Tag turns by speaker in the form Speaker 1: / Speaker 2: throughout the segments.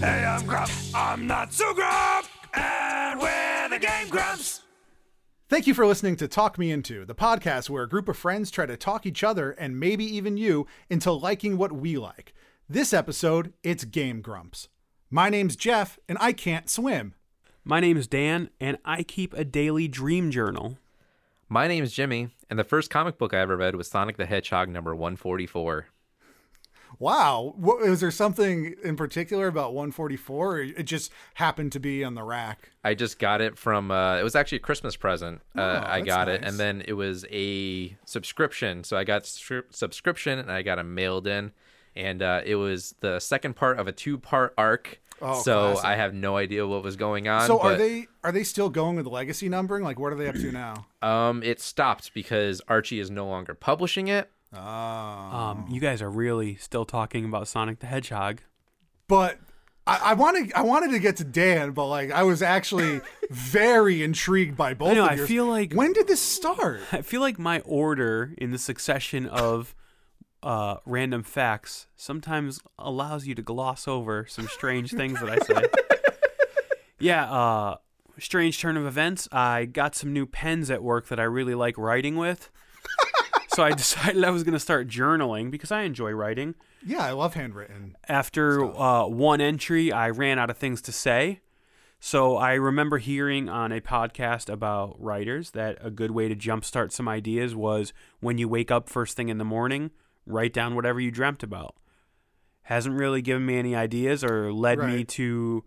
Speaker 1: Hey, I'm Grump. I'm not so Grump! And we're the Game Grumps!
Speaker 2: Thank you for listening to Talk Me Into, the podcast where a group of friends try to talk each other and maybe even you into liking what we like. This episode, it's Game Grumps. My name's Jeff, and I can't swim.
Speaker 3: My name is Dan, and I keep a daily dream journal.
Speaker 4: My name's Jimmy, and the first comic book I ever read was Sonic the Hedgehog number 144.
Speaker 2: Wow. What, was there something in particular about 144, or it just happened to be on the rack?
Speaker 4: I just got it from, uh, it was actually a Christmas present. Uh, I
Speaker 2: Oh, that's
Speaker 4: got it,
Speaker 2: nice.
Speaker 4: and then it was a subscription. So I got stri- subscription, and I got it mailed in, and uh, it was the second part of a two part arc.
Speaker 2: Oh,
Speaker 4: so
Speaker 2: classic.
Speaker 4: I have no idea what was going on.
Speaker 2: So are
Speaker 4: but-
Speaker 2: they are they still going with legacy numbering? Like what are they up to now?
Speaker 4: Um, it stopped because Archie is no longer publishing it.
Speaker 3: Um, you guys are really still talking about Sonic the Hedgehog.
Speaker 2: But I, I wanted I wanted to get to Dan, but like I was actually very intrigued by both
Speaker 3: know,
Speaker 2: of
Speaker 3: I
Speaker 2: yours.
Speaker 3: feel like-
Speaker 2: when did this start?
Speaker 3: I feel like my order in the succession of uh, random facts sometimes allows you to gloss over some strange things that I say. yeah, uh, strange turn of events. I got some new pens at work that I really like writing with. so I decided I was going to start journaling because I enjoy writing.
Speaker 2: Yeah, I love handwritten.
Speaker 3: after uh, one entry, I ran out of things to say. So I remember hearing on a podcast about writers that a good way to jumpstart some ideas was when you wake up first thing in the morning, write down whatever you dreamt about. Hasn't really given me any ideas or led me
Speaker 2: Right.
Speaker 3: to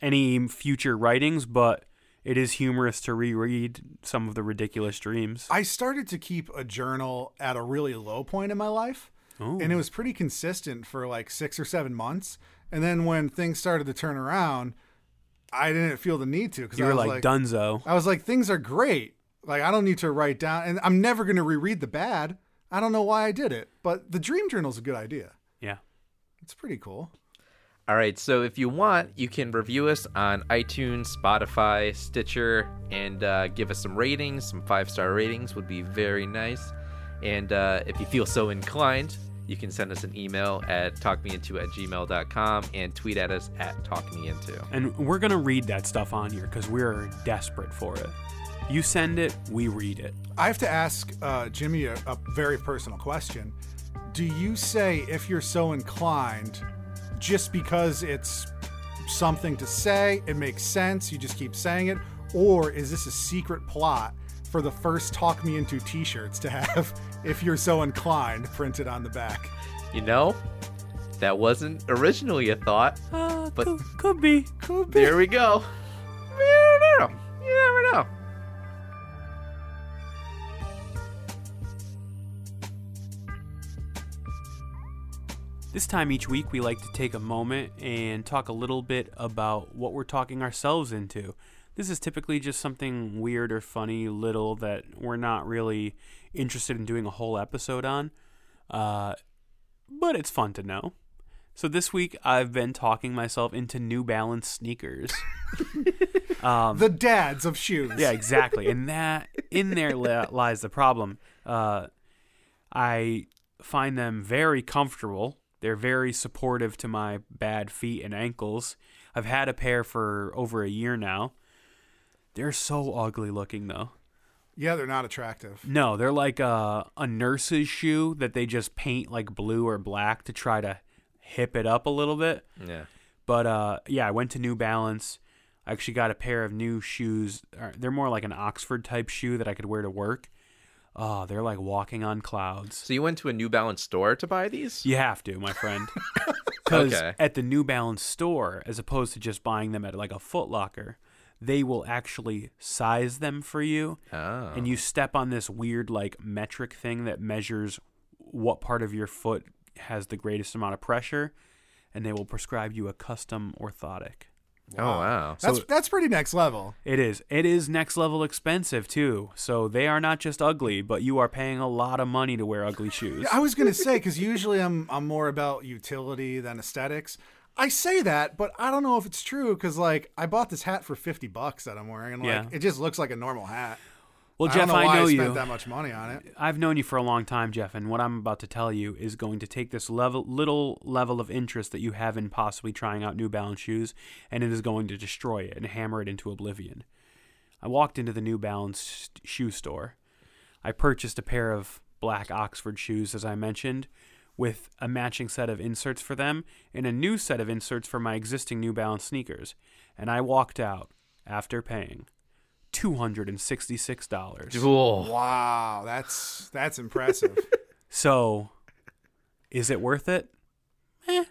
Speaker 3: any future writings, but it is humorous to reread some of the ridiculous dreams.
Speaker 2: I started to keep a journal at a really low point in my life, and it was pretty consistent for like six or seven months. And then when things started to turn around, I didn't feel the need to because
Speaker 3: You
Speaker 2: I
Speaker 3: were
Speaker 2: was
Speaker 3: like, Dunzo.
Speaker 2: I was like, things are great. Like, I don't need to write down, and I'm never going to reread the bad. I don't know why I did it, but the dream journal's a good idea.
Speaker 3: Yeah.
Speaker 2: It's pretty cool.
Speaker 4: All right, so if you want, you can review us on iTunes, Spotify, Stitcher, and uh, give us some ratings. Some five star ratings would be very nice. And uh, if you feel so inclined, you can send us an email at talkmeinto at gmail.com and tweet at us at talkmeinto.
Speaker 3: And we're going to read that stuff on here because we're desperate for it. You send it, we read it.
Speaker 2: I have to ask uh, Jimmy a, a very personal question. Do you say if you're so inclined, just because it's something to say, it makes sense, you just keep saying it, or is this a secret plot for the first "Talk Me Into" T-shirts to have "If You're So Inclined" printed on the back?
Speaker 4: You know, that wasn't originally a thought,
Speaker 3: Uh,
Speaker 4: But-
Speaker 3: could, could be.
Speaker 2: Could be.
Speaker 4: there we go. You never know. You never know.
Speaker 3: This time each week, we like to take a moment and talk a little bit about what we're talking ourselves into. This is typically just something weird or funny, little that we're not really interested in doing a whole episode on. Uh, but it's fun to know. So this week, I've been talking myself into New Balance sneakers.
Speaker 2: The dads of shoes.
Speaker 3: Yeah, exactly. and that in there li- lies the problem. Uh, I find them very comfortable. They're very supportive to my bad feet and ankles. I've had a pair for over a year now. They're so ugly looking though.
Speaker 2: Yeah, they're not attractive.
Speaker 3: No, they're like a, a nurse's shoe that they just paint like blue or black to try to hip it up a little bit.
Speaker 4: Yeah.
Speaker 3: But uh, yeah, I went to New Balance. I actually got a pair of new shoes. Uh, They're more like an Oxford type shoe that I could wear to work. Oh, they're like walking on clouds.
Speaker 4: So you went to a New Balance store to buy these?
Speaker 3: You have to, my friend. Because
Speaker 4: Okay.
Speaker 3: at the New Balance store, as opposed to just buying them at like a Foot Locker, they will actually size them for you.
Speaker 4: Oh.
Speaker 3: And you step on this weird like metric thing that measures what part of your foot has the greatest amount of pressure, and they will prescribe you a custom orthotic.
Speaker 4: Oh wow.
Speaker 2: That's
Speaker 3: So-
Speaker 2: that's pretty next level.
Speaker 3: It is. It is next level expensive too. So they are not just ugly, but you are paying a lot of money to wear ugly shoes.
Speaker 2: Yeah, I was gonna say because usually I'm I'm more about utility than aesthetics. I say that, but I don't know if it's true because like I bought this hat for fifty bucks that I'm wearing, and like
Speaker 3: Yeah.
Speaker 2: it just looks like a normal hat.
Speaker 3: Well,
Speaker 2: I
Speaker 3: Jeff,
Speaker 2: don't know why
Speaker 3: I know
Speaker 2: I
Speaker 3: you.
Speaker 2: spent that much money on it.
Speaker 3: I've known you for a long time, Jeff, and what I'm about to tell you is going to take this level, little level of interest that you have in possibly trying out New Balance shoes, and it is going to destroy it and hammer it into oblivion. I walked into the New Balance st- shoe store. I purchased a pair of black Oxford shoes, as I mentioned, with a matching set of inserts for them and a new set of inserts for my existing New Balance sneakers. And I walked out after paying $266.
Speaker 4: Cool.
Speaker 2: Wow, that's that's impressive.
Speaker 3: So, is it worth it? Eh.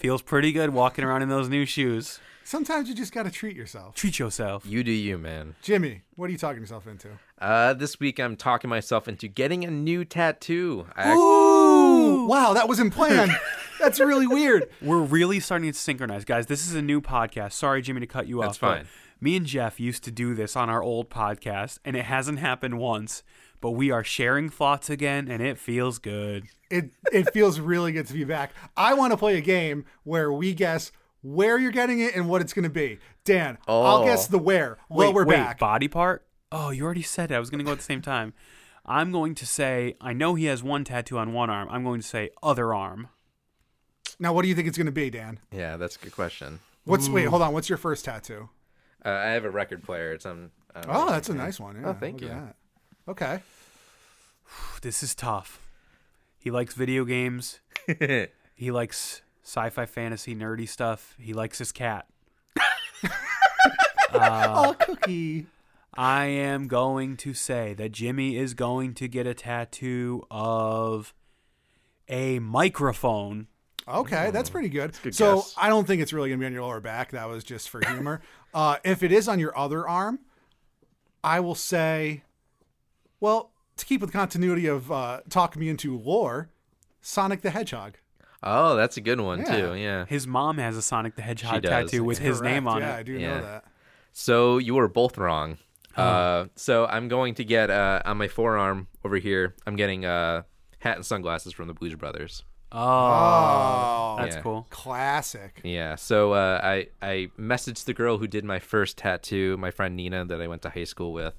Speaker 3: Feels pretty good walking around in those new shoes.
Speaker 2: Sometimes you just gotta treat yourself.
Speaker 3: Treat yourself.
Speaker 4: You do you, man.
Speaker 2: Jimmy, what are you talking yourself into?
Speaker 4: Uh, this week I'm talking myself into getting a new tattoo. I
Speaker 2: Ooh, wow, that wasn't planned. that's really weird.
Speaker 3: We're really starting to synchronize, guys. This is a new podcast. Sorry, Jimmy, to cut you
Speaker 4: That's
Speaker 3: off. but
Speaker 4: fine.
Speaker 3: Me and Jeff used to do this on our old podcast, and it hasn't happened once. But we are sharing thoughts again, and it feels good.
Speaker 2: It it feels really good to be back. I want to play a game where we guess where you're getting it and what it's going to be. Dan, I'll
Speaker 4: Oh.
Speaker 2: guess the where. Well,
Speaker 3: wait,
Speaker 2: we're
Speaker 3: wait,
Speaker 2: back.
Speaker 3: Body part? Oh, you already said it. I was going to go at the same time. I'm going to say, I know he has one tattoo on one arm. I'm going to say other arm.
Speaker 2: Now, what do you think it's going to be, Dan?
Speaker 4: yeah, that's a good question.
Speaker 2: What's wait? Hold on. What's your first tattoo?
Speaker 4: Uh, I have a record player. It's um, on. I don't
Speaker 2: Oh,
Speaker 4: know.
Speaker 2: that's a nice one. Yeah,
Speaker 4: Oh, thank
Speaker 2: look at
Speaker 4: you.
Speaker 2: that. Okay.
Speaker 3: This is tough. He likes video games. he likes sci-fi, fantasy, nerdy stuff. He likes his cat.
Speaker 2: oh, cookie.
Speaker 3: I am going to say that Jimmy is going to get a tattoo of a microphone.
Speaker 2: Okay, that's pretty good. so
Speaker 4: guess.
Speaker 2: I don't think it's really gonna be on your lower back. That was just for humor. uh, if it is on your other arm, I will say, well, to keep with the continuity of uh, talk me into lore, Sonic the Hedgehog.
Speaker 4: Oh, that's a good one
Speaker 2: Yeah.
Speaker 4: too. Yeah.
Speaker 3: His mom has a Sonic the Hedgehog
Speaker 4: does.
Speaker 3: tattoo with his
Speaker 2: Correct.
Speaker 3: name on
Speaker 2: yeah, I
Speaker 3: it.
Speaker 2: do
Speaker 4: Yeah.
Speaker 2: know that.
Speaker 4: So you were both wrong. Uh, so I'm going to get uh, on my forearm over here. I'm getting uh, hat and sunglasses from the Blues Brothers.
Speaker 3: Oh,
Speaker 2: Oh,
Speaker 3: that's
Speaker 4: Yeah.
Speaker 3: cool.
Speaker 2: classic.
Speaker 4: Yeah. So uh, I I messaged the girl who did my first tattoo, my friend Nina that I went to high school with,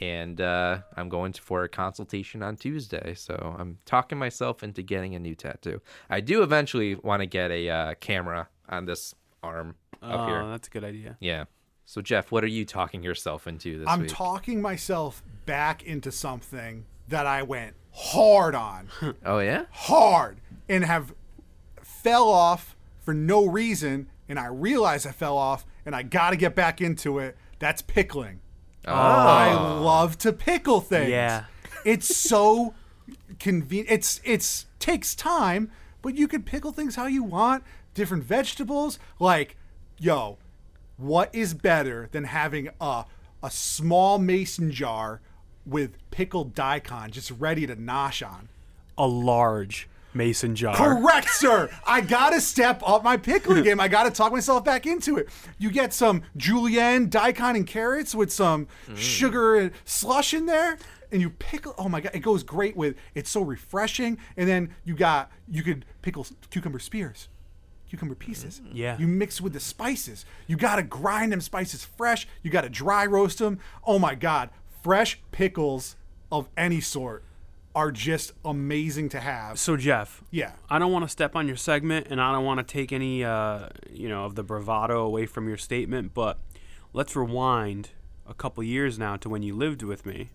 Speaker 4: and uh, I'm going to, for a consultation on Tuesday. So I'm talking myself into getting a new tattoo. I do eventually want to get a uh, camera on this arm up
Speaker 3: Oh,
Speaker 4: here.
Speaker 3: that's a good idea.
Speaker 4: Yeah. So Jeff, what are you talking yourself into this
Speaker 2: I'm
Speaker 4: week?
Speaker 2: talking myself back into something that I went hard on.
Speaker 4: oh yeah.
Speaker 2: hard and have fell off for no reason and I realize I fell off and I got to get back into it. That's pickling. I love to pickle things.
Speaker 3: Yeah.
Speaker 2: It's so convenient. It's it's takes time, but you can pickle things how you want, different vegetables, like yo, what is better than having a a small mason jar with pickled daikon just ready to nosh on?
Speaker 3: A large mason jar.
Speaker 2: Correct, sir. I gotta step up my pickling game. I gotta talk myself back into it. You get some julienne, daikon, and carrots with some sugar and slush in there, and you pickle. Oh my god, it goes great with. It's so refreshing. And then you got you could pickle s- cucumber spears, cucumber pieces.
Speaker 3: Yeah.
Speaker 2: You mix with the spices. You gotta grind them spices fresh. You gotta dry roast them. Oh my god, fresh pickles of any sort are just amazing to have.
Speaker 3: So Jeff,
Speaker 2: Yeah.
Speaker 3: I don't want to step on your segment, and I don't want to take any, uh, you know, of the bravado away from your statement. But let's rewind a couple years now to when you lived with me.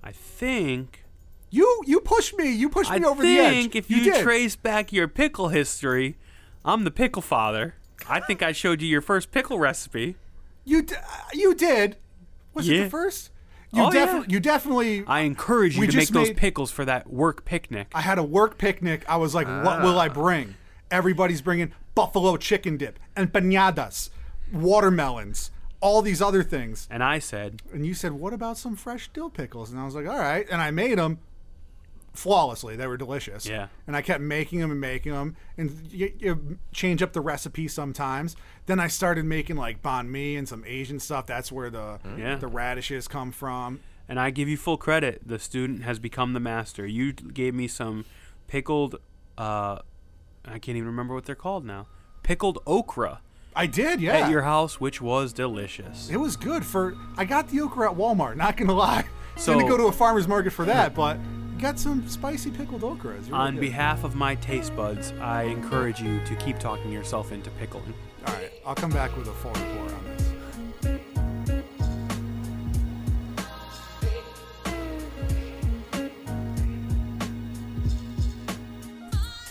Speaker 3: I think
Speaker 2: You you pushed me. You pushed
Speaker 3: I
Speaker 2: me over the edge.
Speaker 3: think if you,
Speaker 2: did.
Speaker 3: trace back your pickle history, I'm the pickle father. I think I showed you your first pickle recipe.
Speaker 2: you d- uh, you did. Was it
Speaker 3: Yeah.
Speaker 2: the first? You
Speaker 3: Oh,
Speaker 2: definitely
Speaker 3: yeah.
Speaker 2: you definitely.
Speaker 3: I encourage you
Speaker 2: We
Speaker 3: to make
Speaker 2: just
Speaker 3: those
Speaker 2: made-
Speaker 3: pickles for that work picnic.
Speaker 2: I had a work picnic. I was like, what will
Speaker 3: Ah.
Speaker 2: I bring? Everybody's bringing buffalo chicken dip and panadas, watermelons, all these other things.
Speaker 3: and I said,
Speaker 2: And you said, what about some fresh dill pickles? And I was like, all right. And I made them. flawlessly. They were delicious.
Speaker 3: Yeah.
Speaker 2: And I kept making them and making them, and you, you change up the recipe sometimes. Then I started making like banh mi and some Asian stuff. That's where the
Speaker 3: Mm. Yeah.
Speaker 2: the radishes come from.
Speaker 3: And I give you full credit. The student has become the master. You gave me some pickled, uh, I can't even remember what they're called now. Pickled okra
Speaker 2: I did, yeah.
Speaker 3: at your house, which was delicious.
Speaker 2: it was good for. I got the okra at Walmart. Not gonna lie.
Speaker 3: So-
Speaker 2: Didn't go to a farmer's market for that, but got some spicy pickled okra. It's really
Speaker 3: On
Speaker 2: good.
Speaker 3: behalf of my taste buds, I encourage you to keep talking yourself into pickling.
Speaker 2: All right, I'll come back with a full report on this.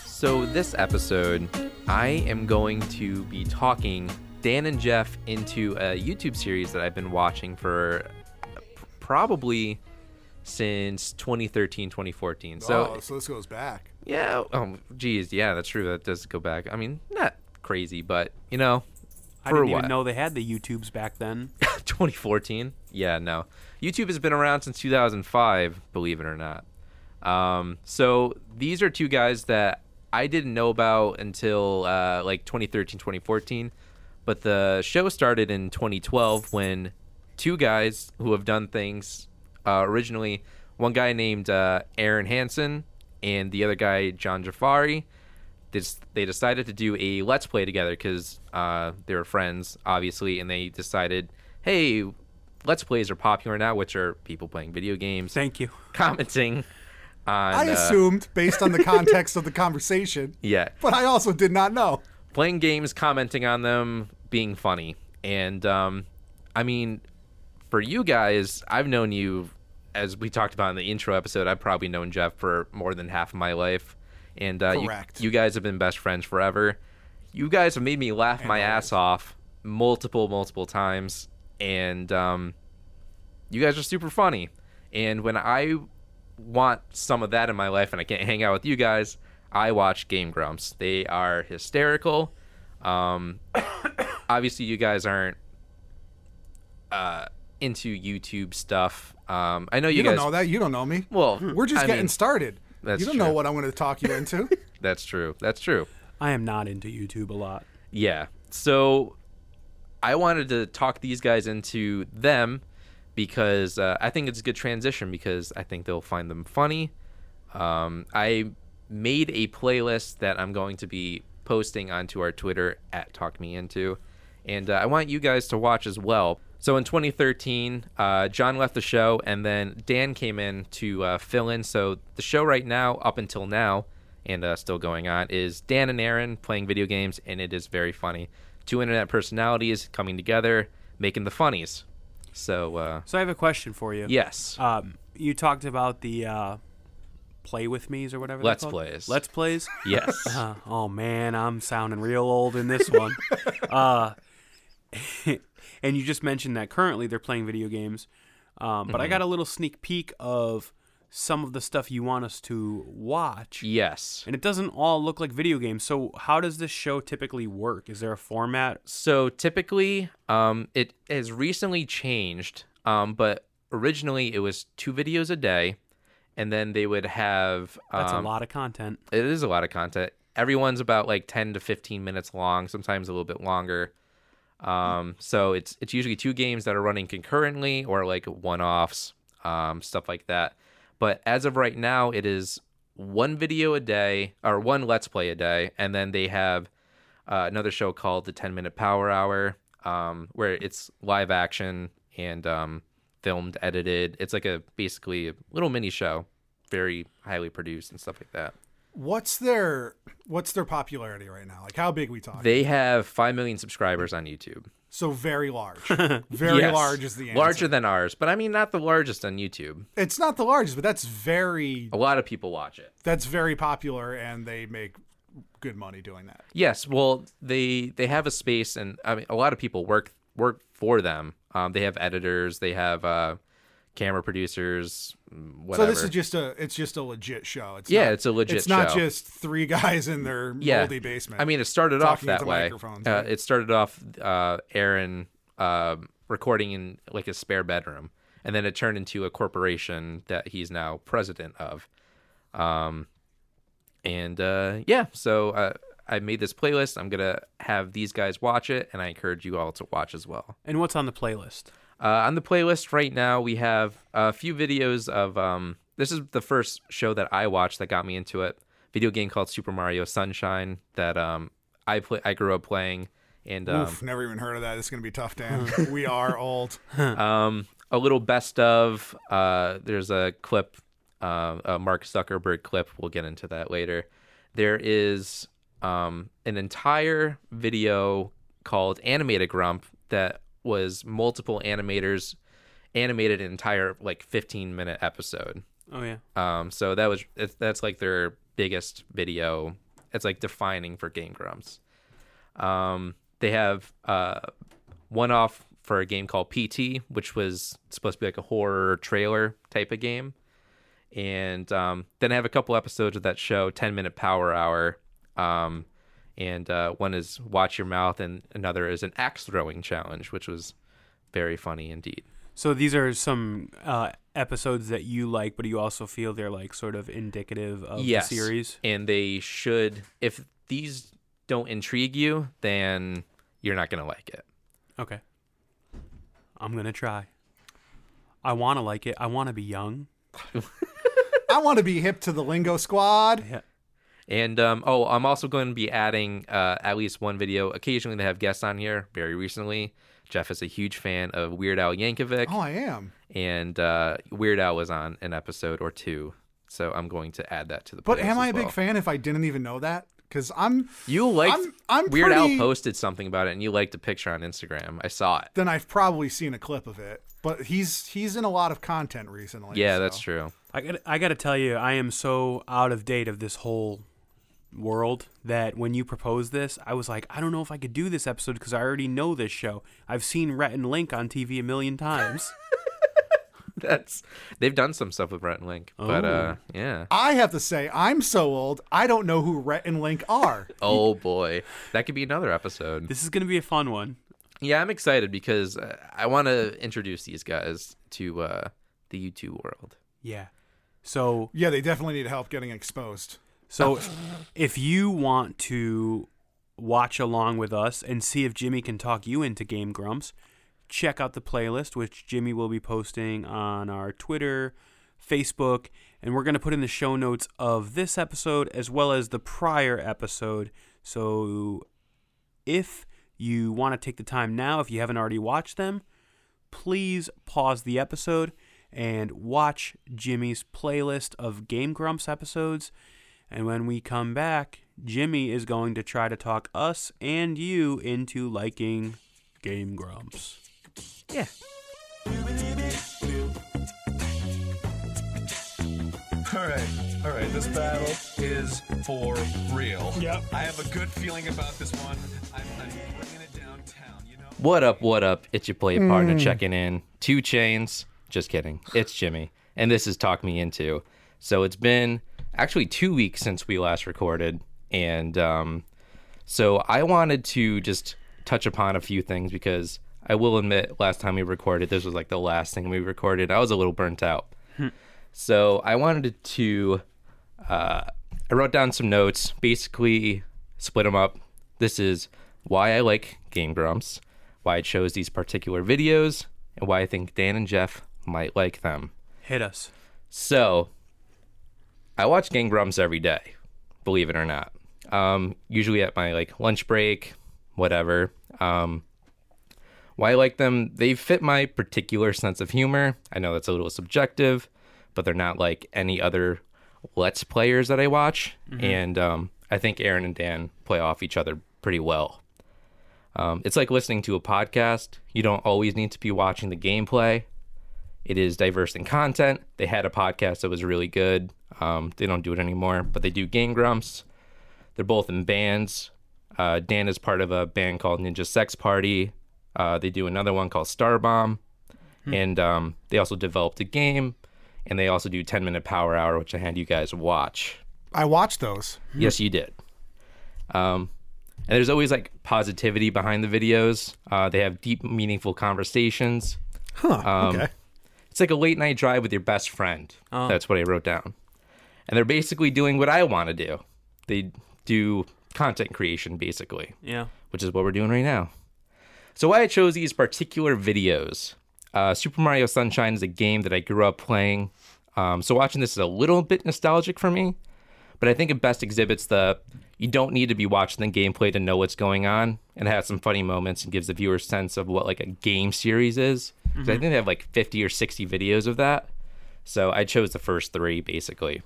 Speaker 4: So, this episode, I am going to be talking Dan and Jeff into a YouTube series that I've been watching for probably since 2013, 2014. So,
Speaker 2: oh, so this goes back.
Speaker 4: yeah, oh, geez, yeah, that's true. That does go back. I mean, not crazy, but, you know,
Speaker 3: I
Speaker 4: for
Speaker 3: didn't
Speaker 4: a while.
Speaker 3: even know they had the YouTubes back then.
Speaker 4: 2014. Yeah, no. YouTube has been around since 2005, believe it or not. Um, so these are two guys that I didn't know about until uh, like 2013, 2014. But the show started in 2012 when two guys who have done things uh, originally, one guy named uh, Aaron Hansen and the other guy, John Jafari, this, they decided to do a let's play together because uh, they were friends, obviously, and they decided, hey, let's plays are popular now, which are people playing video games,
Speaker 3: Thank you.
Speaker 4: commenting on.
Speaker 2: I
Speaker 4: uh,
Speaker 2: assumed based on the context of the conversation,
Speaker 4: yeah,
Speaker 2: but I also did not know.
Speaker 4: playing games, commenting on them, being funny, and um, I mean, for you guys, I've known you as we talked about in the intro episode. I've probably known Jeff for more than half of my life, and uh, you,
Speaker 2: Correct.
Speaker 4: you guys have been best friends forever. You guys have made me laugh my ass off multiple, multiple times, and um, you guys are super funny. And when I want some of that in my life and I can't hang out with you guys, I watch Game Grumps. They are hysterical. Um, obviously, you guys aren't uh, into YouTube stuff. Um, I know you,
Speaker 2: You,
Speaker 4: guys.
Speaker 2: don't know that. You don't know me. Hmm.
Speaker 4: Well,
Speaker 2: we're just
Speaker 4: I
Speaker 2: getting
Speaker 4: mean,
Speaker 2: started.
Speaker 4: that's
Speaker 2: you don't know
Speaker 4: true.
Speaker 2: what I'm going to talk you into.
Speaker 4: That's true. That's true.
Speaker 3: I am not into YouTube a lot.
Speaker 4: Yeah. So I wanted to talk these guys into them because uh, I think it's a good transition because I think they'll find them funny. Um, I made a playlist that I'm going to be posting onto our Twitter at Talk Me Into, and uh, I want you guys to watch as well. So in 2013, uh, John left the show, and then Dan came in to uh, fill in. So the show right now, up until now, and uh, still going on, is Dan and Aaron playing video games, and it is very funny. Two internet personalities coming together, making the funnies. So uh,
Speaker 3: So I have a question for you.
Speaker 4: yes,
Speaker 3: Um, you talked about the uh, play with me's or whatever. they're
Speaker 4: Let's
Speaker 3: called.
Speaker 4: plays.
Speaker 3: Let's plays.
Speaker 4: yes.
Speaker 3: Uh, oh man, I'm sounding real old in this one. uh, and you just mentioned that currently they're playing video games, um, but I got a little sneak peek of some of the stuff you want us to watch.
Speaker 4: Yes.
Speaker 3: And it doesn't all look like video games. So how does this show typically work? Is there a format?
Speaker 4: So typically, um, it has recently changed, um, but originally it was two videos a day, and then they would have. Um,
Speaker 3: That's a lot of content.
Speaker 4: It is a lot of content. Everyone's about like ten to fifteen minutes long, sometimes a little bit longer. Um, so it's it's usually two games that are running concurrently or like one offs, um, stuff like that. But as of right now, it is one video a day or one let's play a day, and then they have uh, another show called the Ten Minute Power Hour, um, where it's live action and um, filmed, edited. It's like a basically a little mini show, very highly produced and stuff like that.
Speaker 2: what's their What's their popularity right now? Like how big we talk?
Speaker 4: They have five million subscribers on YouTube.
Speaker 2: so very large. Very
Speaker 4: Yes.
Speaker 2: large is the answer.
Speaker 4: larger than ours, but I mean not the largest on YouTube.
Speaker 2: It's not the largest, but that's very
Speaker 4: A lot of people watch it.
Speaker 2: that's very popular, and they make good money doing that.
Speaker 4: Yes, well they they have a space, and I mean a lot of people work work for them. Um, they have editors, they have uh, camera producers, whatever.
Speaker 2: So this is just a it's just a legit show. It's
Speaker 4: Yeah,
Speaker 2: not-
Speaker 4: it's a legit
Speaker 2: It's not
Speaker 4: show.
Speaker 2: just three guys in their
Speaker 4: yeah.
Speaker 2: moldy basement.
Speaker 4: I mean, it started off
Speaker 2: talking
Speaker 4: that
Speaker 2: into
Speaker 4: way.
Speaker 2: microphones,
Speaker 4: Uh,
Speaker 2: right?
Speaker 4: it started off uh, Aaron um recording in like his spare bedroom, and then it turned into a corporation that he's now president of. Um, and uh, yeah, so uh, I made this playlist. I'm gonna have these guys watch it, and I encourage you all to watch as well.
Speaker 3: And what's on the playlist?
Speaker 4: Uh, on the playlist right now, we have a few videos of. Um, this is the first show that I watched that got me into it. Video game called Super Mario Sunshine that um, I play. I grew up playing, and um,
Speaker 5: Oof, never even heard of that. It's going to be tough, Dan. we are old.
Speaker 4: um, a little best of. Uh, there's a clip, uh, a Mark Zuckerberg clip. We'll get into that later. There is um, an entire video called Animated Grump that was multiple animators animated an entire like 15 minute episode.
Speaker 3: Oh yeah.
Speaker 4: Um, so that was that's- that's like their biggest video. It's like defining for Game Grumps. Um, they have uh, one off for a game called PT, which was supposed to be like a horror trailer type of game. And um, then I have a couple episodes of that show, 10 Minute Power Hour. Um, and uh, one is Watch Your Mouth, and another is an axe throwing challenge, which was very funny indeed.
Speaker 3: So these are some uh, episodes that you like, but you also feel they're like sort of indicative of
Speaker 4: yes.
Speaker 3: the series.
Speaker 4: And they should, if these don't intrigue you, then you're not going to like it.
Speaker 3: Okay. I'm gonna try. I want to like it. I want to be young.
Speaker 5: I want to be hip to the Lingo Squad.
Speaker 4: And um, oh, I'm also going to be adding uh, at least one video. Occasionally, they have guests on here. Very recently, Jeff is a huge fan of Weird Al Yankovic,
Speaker 5: Oh, I am.
Speaker 4: and uh, Weird Al was on an episode or two. So I'm going to add that to the.
Speaker 5: But
Speaker 4: playlist
Speaker 5: am I
Speaker 4: as
Speaker 5: a big
Speaker 4: well.
Speaker 5: fan if I didn't even know that? Because I'm.
Speaker 4: You liked
Speaker 5: I'm- I'm
Speaker 4: Weird
Speaker 5: pretty-
Speaker 4: Al posted something about it, and you liked a picture on Instagram. I saw it.
Speaker 5: Then I've probably seen a clip of it. But he's he's in a lot of content recently.
Speaker 4: Yeah,
Speaker 5: so.
Speaker 4: that's true.
Speaker 3: I got. I got to tell you, I am so out of date of this whole world that when you proposed this, I was like, I don't know if I could do this episode because I already know this show. I've seen Rhett and Link on TV a million times.
Speaker 4: That's they've done some stuff with Brett and Link, but
Speaker 3: Oh.
Speaker 4: uh, yeah.
Speaker 5: I have to say, I'm so old, I don't know who Rhett and Link are.
Speaker 4: Oh boy, that could be another episode.
Speaker 3: this is gonna be a fun one.
Speaker 4: Yeah, I'm excited because uh, I want to introduce these guys to uh, the U2 world.
Speaker 3: Yeah. So
Speaker 5: yeah, they definitely need help getting exposed.
Speaker 3: So if you want to watch along with us and see if Jimmy can talk you into Game Grumps, check out the playlist, which Jimmy will be posting on our Twitter, Facebook, and we're going to put in the show notes of this episode as well as the prior episode. So if you want to take the time now, if you haven't already watched them, please pause the episode and watch Jimmy's playlist of Game Grumps episodes. And when we come back, Jimmy is going to try to talk us and you into liking Game Grumps.
Speaker 4: Yeah.
Speaker 6: All right, all right. This battle is for real.
Speaker 2: Yep.
Speaker 6: I have a good feeling about this one. I'm, I'm bringing it downtown. You know.
Speaker 4: What up? What up? It's your player partner checking in. Two chains. Just kidding. It's Jimmy, and this is Talk Me Into. So it's been actually two weeks since we last recorded, and um, So I wanted to just touch upon a few things because I will admit, last time we recorded, this was like the last thing we recorded. I was a little burnt out. so I wanted to, uh, I wrote down some notes, basically split them up. This is why I like Game Grumps, why I chose these particular videos, and why I think Dan and Jeff might like them.
Speaker 3: Hit us.
Speaker 4: So, I watch Gang Grumps every day, believe it or not. Um, usually at my like lunch break, whatever. Um, why I like them? They fit my particular sense of humor. I know that's a little subjective, but they're not like any other Let's Players that I watch. And um, I think Aaron and Dan play off each other pretty well. Um, it's like listening to a podcast. You don't always need to be watching the gameplay it is diverse in content. They had a podcast that was really good. Um, they don't do it anymore, but they do Game Grumps. They're both in bands. Uh, Dan is part of a band called Ninja Sex Party. Uh, they do another one called Star Bomb, and um, they also developed a game, and they also do 10 Minute Power Hour, which I had you guys watch.
Speaker 5: I watched those.
Speaker 4: Yes, you did. Um, and there's always like positivity behind the videos. Uh, they have deep, meaningful conversations. Um,
Speaker 5: Huh. okay.
Speaker 4: It's like a late night drive with your best friend. That's what I wrote down. and they're basically doing what I want to do. They do content creation, basically,
Speaker 3: Yeah.
Speaker 4: which is what we're doing right now. So, why I chose these particular videos uh, Super Mario Sunshine is a game that I grew up playing. Um, so, watching this is a little bit nostalgic for me, but I think it best exhibits the you don't need to be watching the gameplay to know what's going on and has some funny moments and gives the viewer a sense of what like a game series is. 'Cause I think they have like 50 or 60 videos of that. So, I chose the first three basically.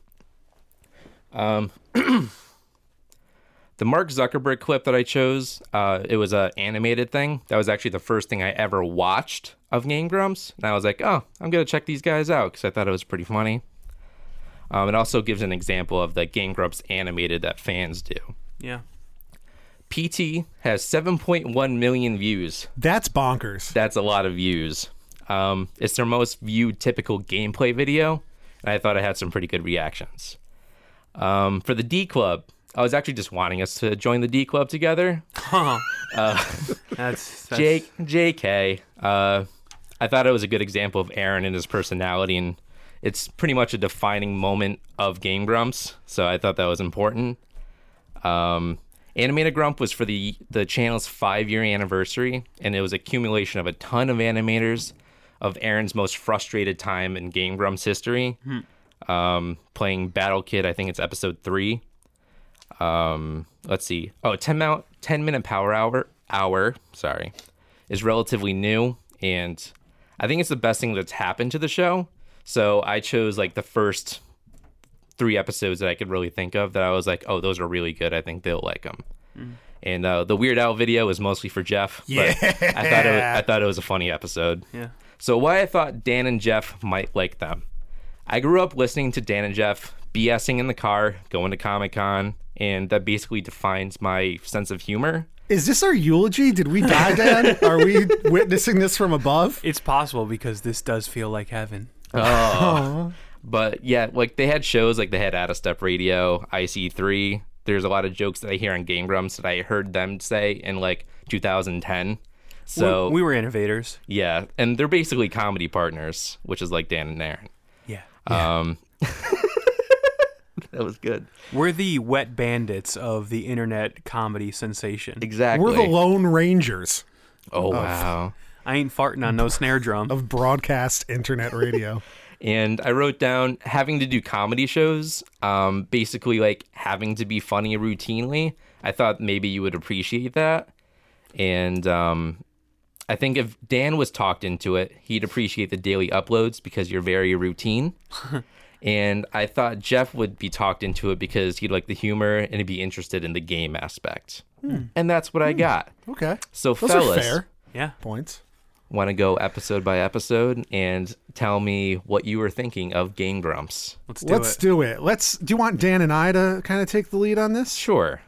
Speaker 4: the Mark Zuckerberg clip that I chose, uh, it was a animated thing. That was actually the first thing I ever watched of Game Grumps, and I was like, oh, I'm gonna check these guys out because I thought it was pretty funny. Um, it also gives an example of the Game Grumps animated that fans do.
Speaker 3: Yeah.
Speaker 4: PT has 7.1 million views.
Speaker 5: That's bonkers.
Speaker 4: That's a lot of views. Um, it's their most viewed typical gameplay video, and I thought it had some pretty good reactions. Um, for the D Club, I was actually just wanting us to join the D Club together.
Speaker 3: That's, that's
Speaker 4: J- JK. Uh, I thought it was a good example of Aaron and his personality, and it's pretty much a defining moment of Game Grumps, so I thought that was important. Um, Animated Grump was for the, the channel's five year anniversary, and it was accumulation of a ton of animators of Aaron's most frustrated time in Game Grumps history,
Speaker 3: Hmm.
Speaker 4: um, playing Battle Kid, I think it's episode three. Um, let's see. Oh, 10 mount, 10 minute power hour hour, sorry, is relatively new and I think it's the best thing that's happened to the show. So I chose like the first three episodes that I could really think of that I was like, "Oh, those are really good. I think they'll like them." And uh, the Weird Al video was mostly for Jeff, yeah. but I thought it was, I thought it was a funny episode.
Speaker 3: Yeah.
Speaker 4: So why I thought Dan and Jeff might like them. I grew up listening to Dan and Jeff BSing in the car, going to Comic Con, and that basically defines my sense of humor.
Speaker 2: Is this our eulogy? Did we die, Dan? Are we witnessing this from above?
Speaker 3: It's possible because this does feel like heaven.
Speaker 4: But yeah, like they had shows like they had Out of Step Radio, IC3. There's a lot of jokes that I hear on Game Grumps that I heard them say in like 2010. So
Speaker 3: we, we were innovators.
Speaker 4: yeah, and they're basically comedy partners, which is like Dan and Aaron.
Speaker 3: Yeah.
Speaker 4: That was good.
Speaker 3: we're the wet bandits of the internet comedy sensation.
Speaker 4: Exactly.
Speaker 5: We're the Lone Rangers
Speaker 4: oh wow.
Speaker 3: I ain't farting on no snare drum.
Speaker 5: of broadcast internet radio.
Speaker 4: and I wrote down having to do comedy shows, um, basically like having to be funny routinely. I thought maybe you would appreciate that, and um, I think if Dan was talked into it, he'd appreciate the daily uploads because you're very routine. and I thought Jeff would be talked into it because he'd like the humor and he'd be interested in the game aspect, and that's what I got.
Speaker 5: Okay.
Speaker 4: So
Speaker 5: Hmm. Those
Speaker 4: fellas,
Speaker 5: are fair
Speaker 3: yeah.
Speaker 5: points.
Speaker 4: want to go episode by episode and tell me what you were thinking of Game Grumps.
Speaker 3: Let's do
Speaker 5: Let's
Speaker 3: it.
Speaker 5: do it. Let's. Do you want Dan and I to kind of take the lead on this?
Speaker 4: Sure.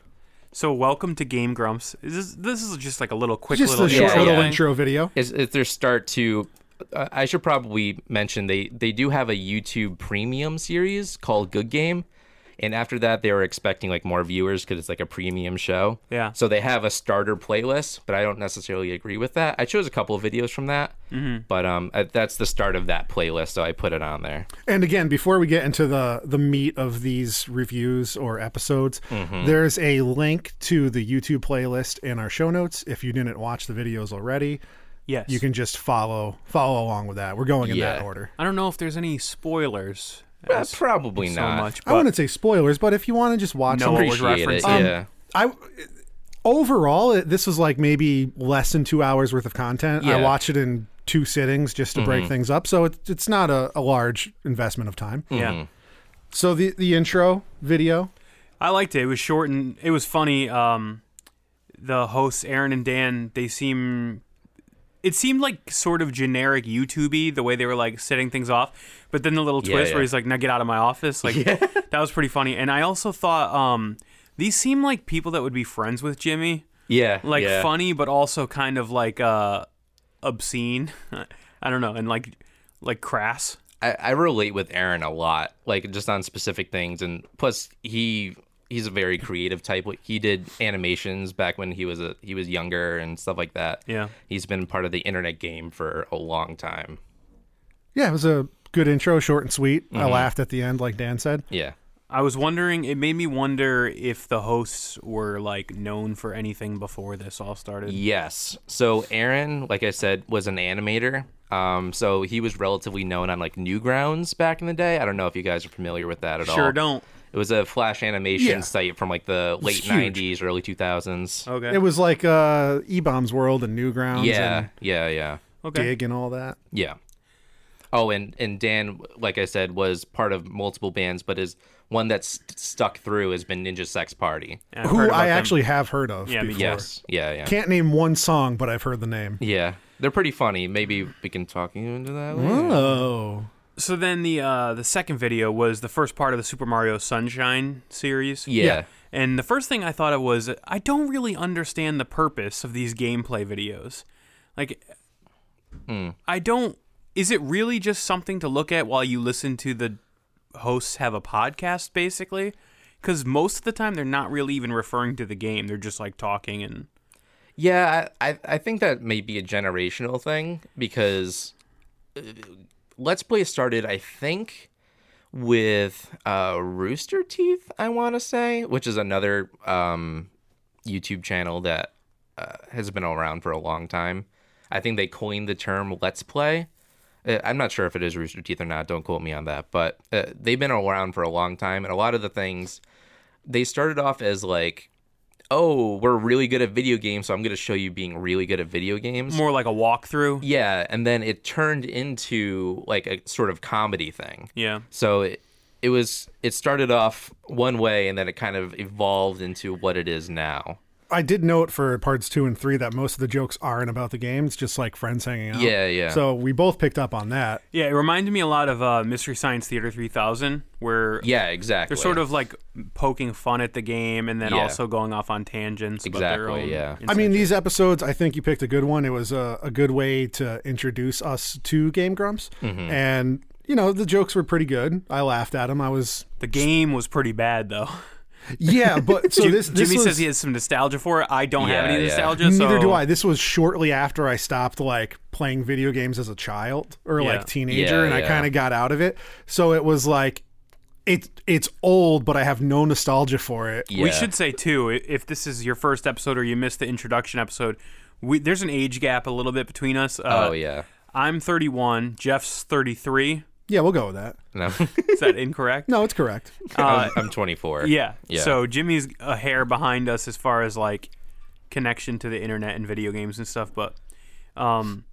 Speaker 3: so welcome to Game Grumps. This is, this is just like a little quick
Speaker 5: Just
Speaker 3: little
Speaker 5: a short
Speaker 4: yeah,
Speaker 5: little
Speaker 4: yeah.
Speaker 5: intro video.
Speaker 4: Is, is their start to? Uh, I should probably mention they they do have a YouTube Premium series called Good Game, and after that they were expecting like more viewers because it's like a premium show.
Speaker 3: Yeah.
Speaker 4: So they have a starter playlist, but I don't necessarily agree with that. I chose a couple of videos from that,
Speaker 3: Mm-hmm.
Speaker 4: but um, I, that's the start of that playlist, so I put it on there.
Speaker 5: And again, before we get into the the meat of these reviews or episodes, there's a link to the YouTube playlist in our show notes. If you didn't watch the videos already,
Speaker 3: Yes.
Speaker 5: you can just follow follow along with that. We're going in that
Speaker 4: Yeah.
Speaker 5: order.
Speaker 3: I don't know if there's any spoilers.
Speaker 4: Uh,
Speaker 3: as-
Speaker 4: probably
Speaker 3: so
Speaker 4: not.
Speaker 3: much.
Speaker 5: I
Speaker 3: But
Speaker 5: wouldn't say spoilers, but if you want to just watch,
Speaker 3: No,
Speaker 5: them,
Speaker 3: what we're
Speaker 4: Appreciate it.
Speaker 3: referencing.
Speaker 4: yeah.
Speaker 5: I overall it, this was like maybe less than two hours worth of content. I
Speaker 4: Yeah. Mm-hmm.
Speaker 5: watch it in two sittings just to break things up, so it's it's not a, a large investment of time.
Speaker 3: yeah.
Speaker 4: Mm.
Speaker 5: So the the intro video.
Speaker 3: I liked it. It was short and it was funny. Um, the hosts, Aaron and Dan, they seem. It seemed like sort of generic YouTubey the way they were like setting things off, but then the little
Speaker 4: Yeah,
Speaker 3: twist
Speaker 4: yeah.
Speaker 3: where he's like, "Now get out of my office!" Like that was pretty funny. And I also thought um, these seem like people that would be friends with Jimmy,
Speaker 4: Yeah.
Speaker 3: like
Speaker 4: yeah.
Speaker 3: funny but also kind of like uh, obscene. I don't know, and like like crass.
Speaker 4: I, I relate with Aaron a lot, like just on specific things, and plus he he's a very creative type. Like, He did animations back when he was a he was younger and stuff like that.
Speaker 3: Yeah.
Speaker 4: he's been part of the internet game for a long time. Mm-hmm.
Speaker 5: Yeah, it was a good intro, short and sweet. I laughed at the end, like Dan said.
Speaker 4: Yeah,
Speaker 3: I was wondering. It made me wonder if the hosts were like known for anything before this all started.
Speaker 4: Yes. So Aaron, like I said, was an animator. Um, so he was relatively known on like Newgrounds back in the day. I don't know if you guys are familiar with that at all.
Speaker 3: Sure don't.
Speaker 4: It was a flash animation
Speaker 5: Yeah.
Speaker 4: site from like the late
Speaker 5: huge.
Speaker 4: '90s, early 2000s.
Speaker 3: Okay.
Speaker 2: It was like uh, E Bombs World and Newgrounds
Speaker 4: yeah,
Speaker 2: and
Speaker 4: yeah, yeah,
Speaker 3: okay.
Speaker 2: Dig and all that.
Speaker 4: yeah. Oh, and and Dan, like I said, was part of multiple bands, but is one that's st- stuck through has been Ninja Sex Party.
Speaker 3: And I've heard
Speaker 2: Who
Speaker 3: about
Speaker 2: I
Speaker 3: them.
Speaker 2: actually have heard of.
Speaker 3: Yeah, me
Speaker 2: before.
Speaker 3: too.
Speaker 4: Yes, yeah, yeah,
Speaker 2: Can't name one song, but I've heard the name.
Speaker 4: yeah. They're pretty funny. Maybe we can talk you into that. later.
Speaker 2: Oh,
Speaker 3: So then the uh, the second video was the first part of the Super Mario Sunshine series.
Speaker 4: Yeah. Yeah.
Speaker 3: And the first thing I thought of was I don't really understand the purpose of these gameplay videos. Like
Speaker 4: Hmm.
Speaker 3: I don't is it really just something to look at while you listen to the hosts have a podcast basically? Cuz most of the time they're not really even referring to the game. They're just like talking and
Speaker 4: Yeah, I, I- I think that may be a generational thing because uh, Let's Play started, I think, with uh, Rooster Teeth, I want to say, which is another um, YouTube channel that uh, has been around for a long time. I think they coined the term Let's Play. Uh, I'm not sure if it is Rooster Teeth or not. Don't quote me on that. But uh, they've been around for a long time. And a lot of the things, they started off as like, oh, we're really good at video games, so I'm going to show you being really good at video games.
Speaker 3: more like a walkthrough.
Speaker 4: Yeah, and then it turned into like a sort of comedy thing.
Speaker 3: Yeah.
Speaker 4: So it, it was it started off one way and then it kind of evolved into what it is now.
Speaker 2: I did note for parts two and three that most of the jokes aren't about the game. It's just like friends hanging out.
Speaker 4: Yeah, yeah.
Speaker 2: So we both picked up on that.
Speaker 3: Yeah, it reminded me a lot of uh, Mystery Science Theater 3000 where
Speaker 4: Yeah, exactly.
Speaker 3: They're sort of like poking fun at the game and then
Speaker 4: Yeah.
Speaker 3: also going off on tangents. About their
Speaker 4: Exactly,
Speaker 3: own
Speaker 4: yeah.
Speaker 3: insight.
Speaker 2: I mean, these episodes, I think you picked a good one. It was a, a good way to introduce us to Game Grumps.
Speaker 4: Mm-hmm.
Speaker 2: And, you know, the jokes were pretty good. I laughed at them. I was,
Speaker 3: the game was pretty bad though.
Speaker 2: yeah, but so
Speaker 3: Jim-
Speaker 2: this, this
Speaker 3: Jimmy
Speaker 2: was,
Speaker 3: says he has some nostalgia for it. I don't have
Speaker 4: Yeah,
Speaker 3: any
Speaker 4: yeah.
Speaker 3: nostalgia.
Speaker 2: neither
Speaker 3: so
Speaker 2: do I. This was shortly after I stopped like playing video games as a child or
Speaker 3: Yeah.
Speaker 2: like teenager
Speaker 4: Yeah,
Speaker 2: and I
Speaker 4: yeah.
Speaker 2: kind of got out of it. So it was like, it's it's old, but I have no nostalgia for it.
Speaker 4: yeah.
Speaker 3: We should say too, i- if this is your first episode or you missed the introduction episode, we, there's an age gap a little bit between us. Uh,
Speaker 4: Oh yeah.
Speaker 3: I'm 31. Jeff's 33.
Speaker 2: Yeah, we'll go with that.
Speaker 4: No.
Speaker 3: Is that incorrect?
Speaker 2: No, it's correct.
Speaker 4: I'm, I'm 24.
Speaker 3: Yeah.
Speaker 4: Yeah.
Speaker 3: So Jimmy's a hair behind us as far as like connection to the internet and video games and stuff, but um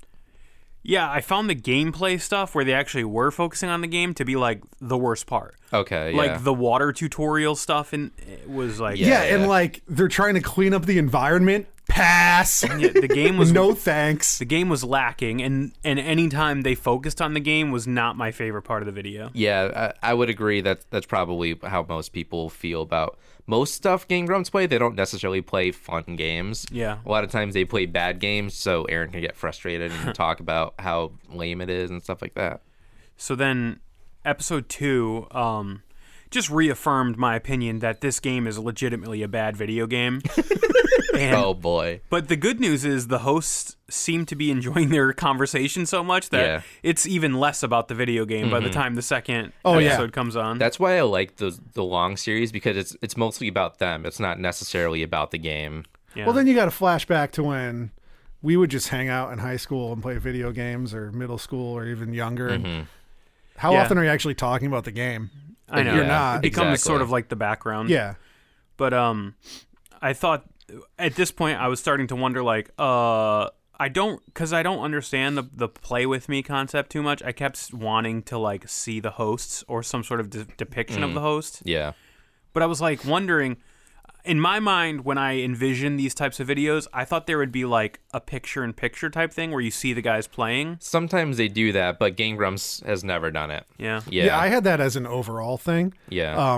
Speaker 3: yeah, I found the gameplay stuff where they actually were focusing on the game to be like the worst part.
Speaker 4: Okay, Oh, yeah.
Speaker 3: Like the water tutorial stuff and it was like
Speaker 2: Yeah,
Speaker 4: Yeah, yeah.
Speaker 2: and like they're trying to clean up the environment. Pass.
Speaker 3: Yeah, the game was
Speaker 2: no thanks.
Speaker 3: the game was lacking and and any time they focused on the game was not my favorite part of the video.
Speaker 4: Yeah, I, I would agree that that's probably how most people feel about most stuff Game Grumps play. They don't necessarily play fun games.
Speaker 3: Yeah.
Speaker 4: A lot of times they play bad games, so Aaron can get frustrated and talk about how lame it is and stuff like that.
Speaker 3: So then, episode two um, just reaffirmed my opinion that this game is legitimately a bad video game. and,
Speaker 4: Oh boy.
Speaker 3: But the good news is the hosts seem to be enjoying their conversation so much that
Speaker 4: Yeah. Mm-hmm.
Speaker 3: it's even less about the video game by the time the second
Speaker 2: Oh, yeah.
Speaker 3: episode comes on.
Speaker 4: That's why I like the the long series because it's it's mostly about them. It's not necessarily about the game.
Speaker 3: Yeah.
Speaker 2: Well, then you got a flashback to when we would just hang out in high school and play video games or middle school or even younger. And how
Speaker 3: Yeah.
Speaker 2: often are you actually talking about the game?
Speaker 3: I know
Speaker 4: You're
Speaker 3: It
Speaker 4: not.
Speaker 3: becomes
Speaker 4: Exactly.
Speaker 3: sort of like the background.
Speaker 2: Yeah.
Speaker 3: But um, I thought at this point I was starting to wonder like uh. I don't, cause I don't understand the the play with me concept too much. I kept wanting to like see the hosts or some sort of de- depiction
Speaker 4: Mm.
Speaker 3: of the host,
Speaker 4: Yeah.
Speaker 3: but I was like wondering. In my mind, when I envision these types of videos, I thought there would be like a picture-in-picture type thing where you see the guys playing.
Speaker 4: Sometimes they do that, but Game Grumps has never done it.
Speaker 3: Yeah,
Speaker 4: Yeah.
Speaker 2: Yeah, I had that as an overall thing
Speaker 4: yeah.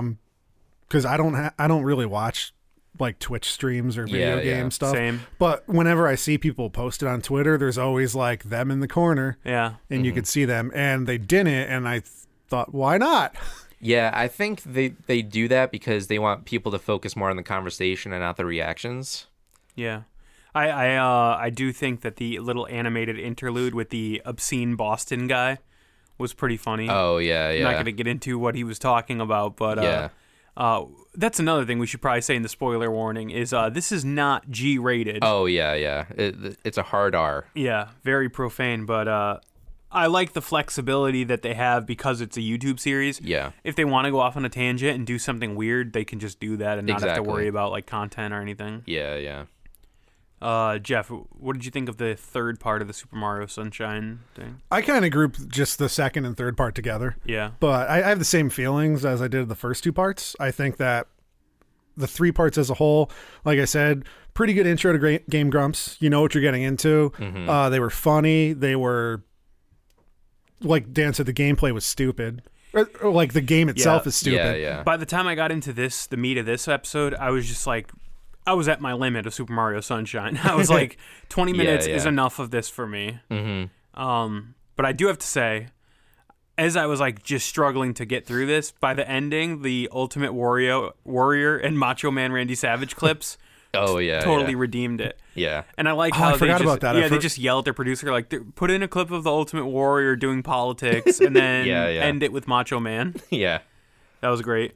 Speaker 2: because I don't ha- I don't really watch like Twitch streams or video
Speaker 4: Yeah, yeah.
Speaker 2: game stuff.
Speaker 3: Same.
Speaker 2: But whenever I see people posted on Twitter, there's always like them in the corner,
Speaker 3: yeah.
Speaker 2: and you could see them, and they didn't, and I th- thought, why not?
Speaker 4: Yeah, I think they they do that because they want people to focus more on the conversation and not the reactions.
Speaker 3: Yeah. I I uh I do think that the little animated interlude with the obscene Boston guy was pretty funny.
Speaker 4: Oh yeah, yeah.
Speaker 3: I'm not going to get into what he was talking about, but uh
Speaker 4: Yeah.
Speaker 3: Uh, that's another thing we should probably say in the spoiler warning is uh, this is not G rated.
Speaker 4: Oh yeah, yeah. It, it's a hard R.
Speaker 3: Yeah, very profane, but uh, I like the flexibility that they have because it's a YouTube series.
Speaker 4: Yeah.
Speaker 3: If they want to go off on a tangent and do something weird, they can just do that and not have to
Speaker 4: Exactly.
Speaker 3: worry about like content or anything.
Speaker 4: Yeah, yeah.
Speaker 3: Uh, Jeff, what did you think of the third part of the Super Mario Sunshine thing?
Speaker 2: I kind of grouped just the second and third part together.
Speaker 3: Yeah.
Speaker 2: But I, I have the same feelings as I did the first two parts. I think that the three parts as a whole, like I said, pretty good intro to Gra- Game Grumps. You know what you're getting into. Uh, they were funny. They were, like Dan said, the gameplay was stupid. Or, or, like the game itself
Speaker 3: Yeah.
Speaker 2: is stupid.
Speaker 4: Yeah, yeah.
Speaker 3: By the time I got into this, the meat of this episode, I was just like, I was at my limit of Super Mario Sunshine. I was like, 20 minutes is
Speaker 4: yeah.
Speaker 3: enough of this for me. Mm-hmm. Um, but I do have to say, as I was like just struggling to get through this, by the ending, the Ultimate Wario, Warrior and Macho Man Randy Savage clips
Speaker 4: Oh yeah.
Speaker 3: totally
Speaker 4: Yeah.
Speaker 3: redeemed it.
Speaker 4: yeah.
Speaker 3: And I like
Speaker 2: Oh,
Speaker 3: how
Speaker 2: I
Speaker 3: they
Speaker 2: forgot
Speaker 3: just,
Speaker 2: about that. I
Speaker 3: Yeah, they
Speaker 2: for-
Speaker 3: just yell at their producer like, "Th- "Put in a clip of the Ultimate Warrior doing politics, and then
Speaker 4: Yeah, yeah.
Speaker 3: end it with Macho Man."
Speaker 4: Yeah.
Speaker 3: That was great.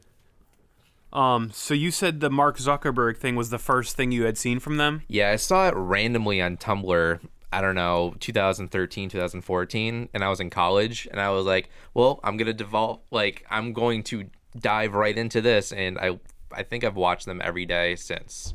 Speaker 3: Um, so you said the Mark Zuckerberg thing was the first thing you had seen from them.
Speaker 4: Yeah, I saw it randomly on Tumblr. I don't know, 2013, 2014, and I was in college, and I was like, "Well, I'm gonna devolve. Like, I'm going to dive right into this." And I, I think I've watched them every day since.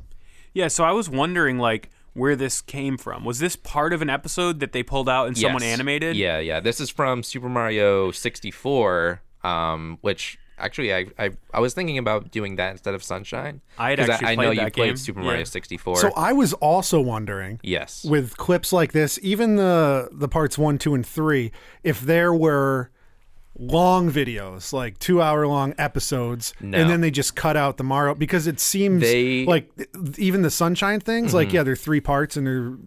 Speaker 3: Yeah, so I was wondering like where this came from. Was this part of an episode that they pulled out and someone
Speaker 4: Yes.
Speaker 3: animated?
Speaker 4: Yeah, yeah. This is from Super Mario 64, um, which actually I, I I was thinking about doing that instead of Sunshine.
Speaker 3: I had
Speaker 4: 'Cause
Speaker 3: actually
Speaker 4: I,
Speaker 3: played
Speaker 4: know you
Speaker 3: that game.
Speaker 4: played Super Mario
Speaker 3: Yeah.
Speaker 4: 64.
Speaker 2: So I was also wondering.
Speaker 4: yes.
Speaker 2: with clips like this, even the the parts one, two, and three, if there were long videos, like two hour long episodes,
Speaker 4: No.
Speaker 2: and then they just cut out the Mario because it seems
Speaker 4: They- Mm-hmm.
Speaker 2: like th- even the Sunshine things, like yeah, they're three parts and they're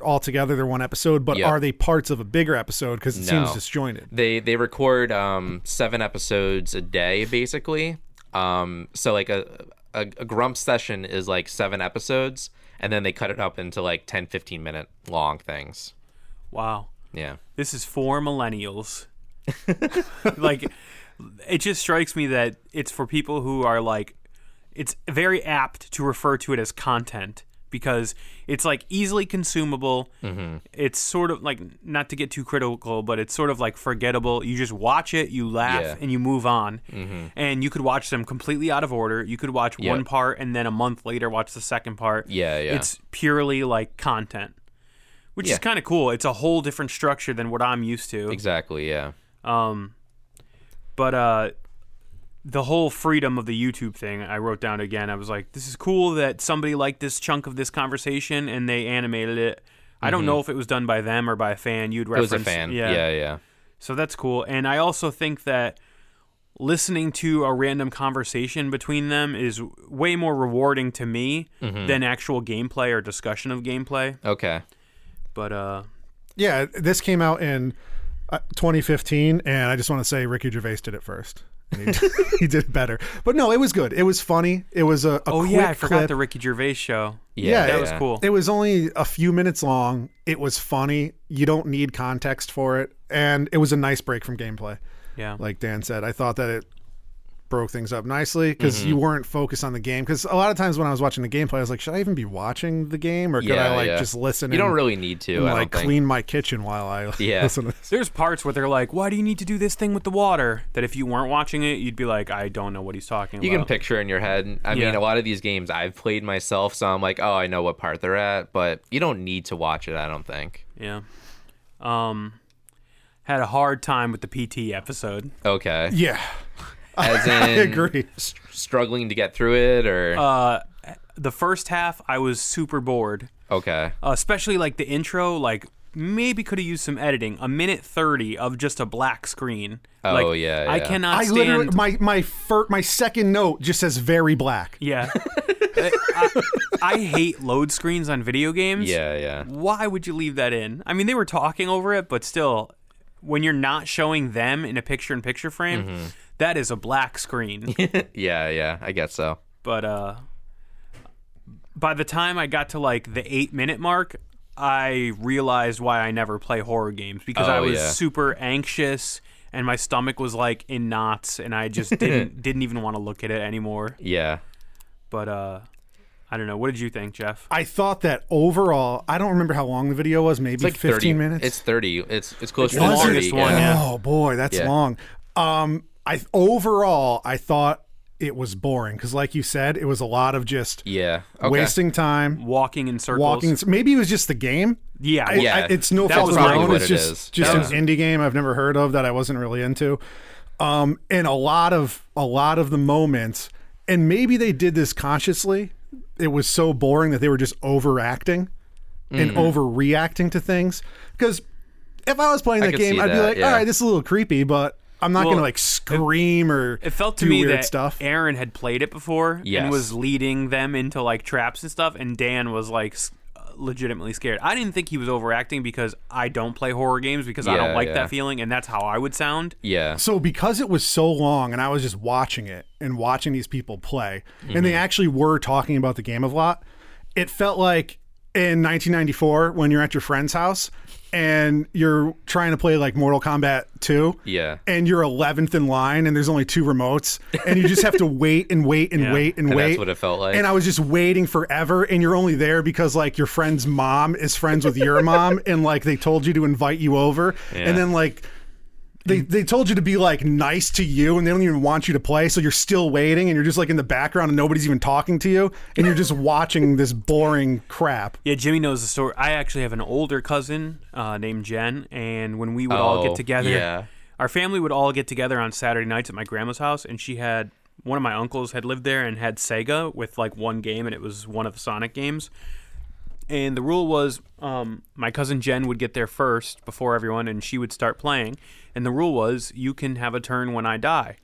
Speaker 2: all together, they're one episode, but
Speaker 4: Yep.
Speaker 2: are they parts of a bigger episode because it
Speaker 4: No.
Speaker 2: seems disjointed?
Speaker 4: they they record um seven episodes a day basically um so like a a, a grump session is like seven episodes and then they cut it up into like 10 15 minute long things
Speaker 3: Wow.
Speaker 4: yeah
Speaker 3: This is for millennials. like it just strikes me that it's for people who are like it's very apt to refer to it as content because it's like easily consumable.
Speaker 4: Mm-hmm.
Speaker 3: It's sort of like not to get too critical, but it's sort of like forgettable. You just watch it, you laugh,
Speaker 4: Yeah. Mm-hmm.
Speaker 3: and you move on. And you could watch them completely out of order. You could watch one part and then a month later watch the second part.
Speaker 4: Yeah, yeah.
Speaker 3: It's purely like content, which
Speaker 4: Yeah.
Speaker 3: is kind of cool. It's a whole different structure than what I'm used to.
Speaker 4: exactly yeah
Speaker 3: But uh the whole freedom of the YouTube thing, I wrote down again. I was like, this is cool that somebody liked this chunk of this conversation and they animated it. I don't know if it was done by them or by a fan. You'd
Speaker 4: Mm-hmm. it
Speaker 3: reference
Speaker 4: was a fan yeah yeah yeah
Speaker 3: So that's cool. And I also think that listening to a random conversation between them is way more rewarding to me
Speaker 4: Mm-hmm.
Speaker 3: than actual gameplay or discussion of gameplay.
Speaker 4: okay
Speaker 3: But uh
Speaker 2: Yeah, this came out in uh, 2015, and I just want to say Ricky Gervais did it first. And He, he did it better, but no, it was good. It was funny. It was a, a
Speaker 3: Oh
Speaker 2: quick
Speaker 3: yeah, I forgot
Speaker 2: clip.
Speaker 3: the Ricky Gervais show.
Speaker 4: yeah,
Speaker 3: that
Speaker 4: yeah.
Speaker 3: was cool.
Speaker 2: It was only a few minutes long. It was funny. You don't need context for it, and it was a nice break from gameplay.
Speaker 3: Yeah.
Speaker 2: Like Dan said, I thought that it broke things up nicely because
Speaker 4: Mm-hmm.
Speaker 2: you weren't focused on the game. Because a lot of times when I was watching the gameplay, I was like, should I even be watching the game, or could
Speaker 4: Yeah,
Speaker 2: I like
Speaker 4: yeah.
Speaker 2: just listen?
Speaker 4: you don't
Speaker 2: and-
Speaker 4: really need to
Speaker 2: and,
Speaker 4: I
Speaker 2: like
Speaker 4: don't think.
Speaker 2: clean my kitchen while I
Speaker 4: Yeah.
Speaker 2: listen to this.
Speaker 3: There's parts where they're like, "Why do you need to do this thing with the water?" That if you weren't watching it, you'd be like, "I don't know what he's talking
Speaker 4: you
Speaker 3: about."
Speaker 4: can picture in your head i mean
Speaker 3: Yeah.
Speaker 4: a lot of these games i've played myself so i'm like oh i know what part they're at but you don't need to watch it i don't think
Speaker 3: Yeah. Um, had a hard time with the PT episode.
Speaker 4: okay
Speaker 2: Yeah,
Speaker 4: as in
Speaker 2: agree. Uh,
Speaker 4: s- struggling to get through it or
Speaker 3: The first half, I was super bored,
Speaker 4: okay
Speaker 3: uh, especially like the intro. Like maybe could have used some editing. A minute thirty of just a black screen.
Speaker 4: Oh,
Speaker 3: like,
Speaker 4: yeah,
Speaker 3: I
Speaker 4: yeah.
Speaker 3: cannot
Speaker 2: I
Speaker 3: stand.
Speaker 2: literally my my fir- my second note just says very black.
Speaker 3: yeah. I, I- I hate load screens on video games.
Speaker 4: yeah yeah
Speaker 3: why would you leave that in? I mean, they were talking over it, but still, when you're not showing them in a picture in picture frame, that is a black screen.
Speaker 4: Mm-hmm. Yeah, yeah, I guess so.
Speaker 3: but uh, by the time I got to like the eight minute mark, I realized why I never play horror games because I
Speaker 4: Oh,
Speaker 3: was
Speaker 4: yeah.
Speaker 3: super anxious and my stomach was like in knots, and I just didn't didn't even want to look at it anymore.
Speaker 4: Yeah.
Speaker 3: But uh, I don't know. What did you think, Jeff?
Speaker 2: I thought that overall, I don't remember how long the video was, maybe
Speaker 4: It's like
Speaker 2: 15
Speaker 4: 30
Speaker 2: minutes.
Speaker 4: It's 30. It's it's close
Speaker 3: the
Speaker 4: to
Speaker 3: longest
Speaker 4: 30.
Speaker 3: one,
Speaker 4: yeah.
Speaker 3: yeah.
Speaker 2: Oh boy, that's
Speaker 4: Yeah.
Speaker 2: long. Um, I overall I thought it was boring because, like you said, it was a lot of just
Speaker 4: Yeah. Okay.
Speaker 2: wasting time,
Speaker 3: Walking in circles.
Speaker 2: walking. Maybe it was just the game.
Speaker 3: Yeah.
Speaker 2: I-
Speaker 4: Yeah.
Speaker 2: I- it's no
Speaker 3: That
Speaker 2: fault
Speaker 3: was
Speaker 2: of my
Speaker 3: probably
Speaker 2: own.
Speaker 4: what
Speaker 2: It's
Speaker 4: it
Speaker 2: just
Speaker 4: is.
Speaker 2: just
Speaker 4: That
Speaker 2: an
Speaker 4: was-
Speaker 2: indie game I've never heard of that I wasn't really into. Um, and a lot of a lot of the moments, and maybe they did this consciously. It was so boring that they were just overacting and
Speaker 3: Mm-hmm.
Speaker 2: overreacting to things. Because if I was playing that
Speaker 4: could
Speaker 2: game,
Speaker 4: see
Speaker 2: I'd be
Speaker 4: that,
Speaker 2: like,
Speaker 4: yeah.
Speaker 2: all right, this is a little creepy, but I'm not
Speaker 3: Well,
Speaker 2: gonna like scream or
Speaker 3: It felt to
Speaker 2: do
Speaker 3: me
Speaker 2: weird
Speaker 3: that
Speaker 2: stuff.
Speaker 3: Aaron had played it before
Speaker 4: Yes.
Speaker 3: and was leading them into like traps and stuff, and Dan was like s- legitimately scared. I didn't think he was overacting because I don't play horror games because I
Speaker 4: Yeah,
Speaker 3: don't like
Speaker 4: yeah.
Speaker 3: that feeling, and that's how I would sound.
Speaker 4: Yeah.
Speaker 2: So because it was so long and I was just watching it and watching these people play and
Speaker 4: Mm-hmm.
Speaker 2: they actually were talking about the game a lot, it felt like in 1994 when you're at your friend's house and you're trying to play like Mortal Kombat 2
Speaker 4: Yeah.
Speaker 2: and you're 11th in line and there's only two remotes and you just have to wait and wait and wait and
Speaker 4: And
Speaker 2: wait
Speaker 4: that's what it felt like.
Speaker 2: and i was just waiting forever and you're only there because like your friend's mom is friends with your mom and like they told you to invite you over
Speaker 4: Yeah.
Speaker 2: and then like they, they told you to be like nice to you and they don't even want you to play so you're still waiting and you're just like in the background and nobody's even talking to you and you're just watching this boring crap
Speaker 3: Yeah, Jimmy knows the story. I actually have an older cousin uh, named Jen, and when we would all
Speaker 4: Oh,
Speaker 3: get together,
Speaker 4: yeah.
Speaker 3: our family would all get together on Saturday nights at my grandma's house, and she had one of my uncles had lived there and had Sega with like one game, and it was one of the Sonic games. And the rule was, um, my cousin Jen would get there first before everyone, and she would start playing. And the rule was, you can have a turn when I die.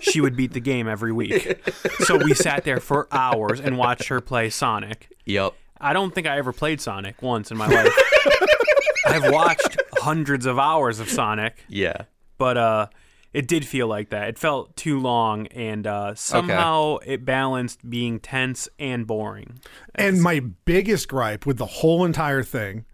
Speaker 3: she would beat the game every week. So we sat there for hours and watched her play Sonic.
Speaker 4: Yep.
Speaker 3: I don't think I ever played Sonic once in my life. I've watched hundreds of hours of Sonic,
Speaker 4: Yeah.
Speaker 3: but uh, it did feel like that. It felt too long, and uh, somehow it balanced being tense and boring.
Speaker 2: And my biggest gripe with the whole entire thing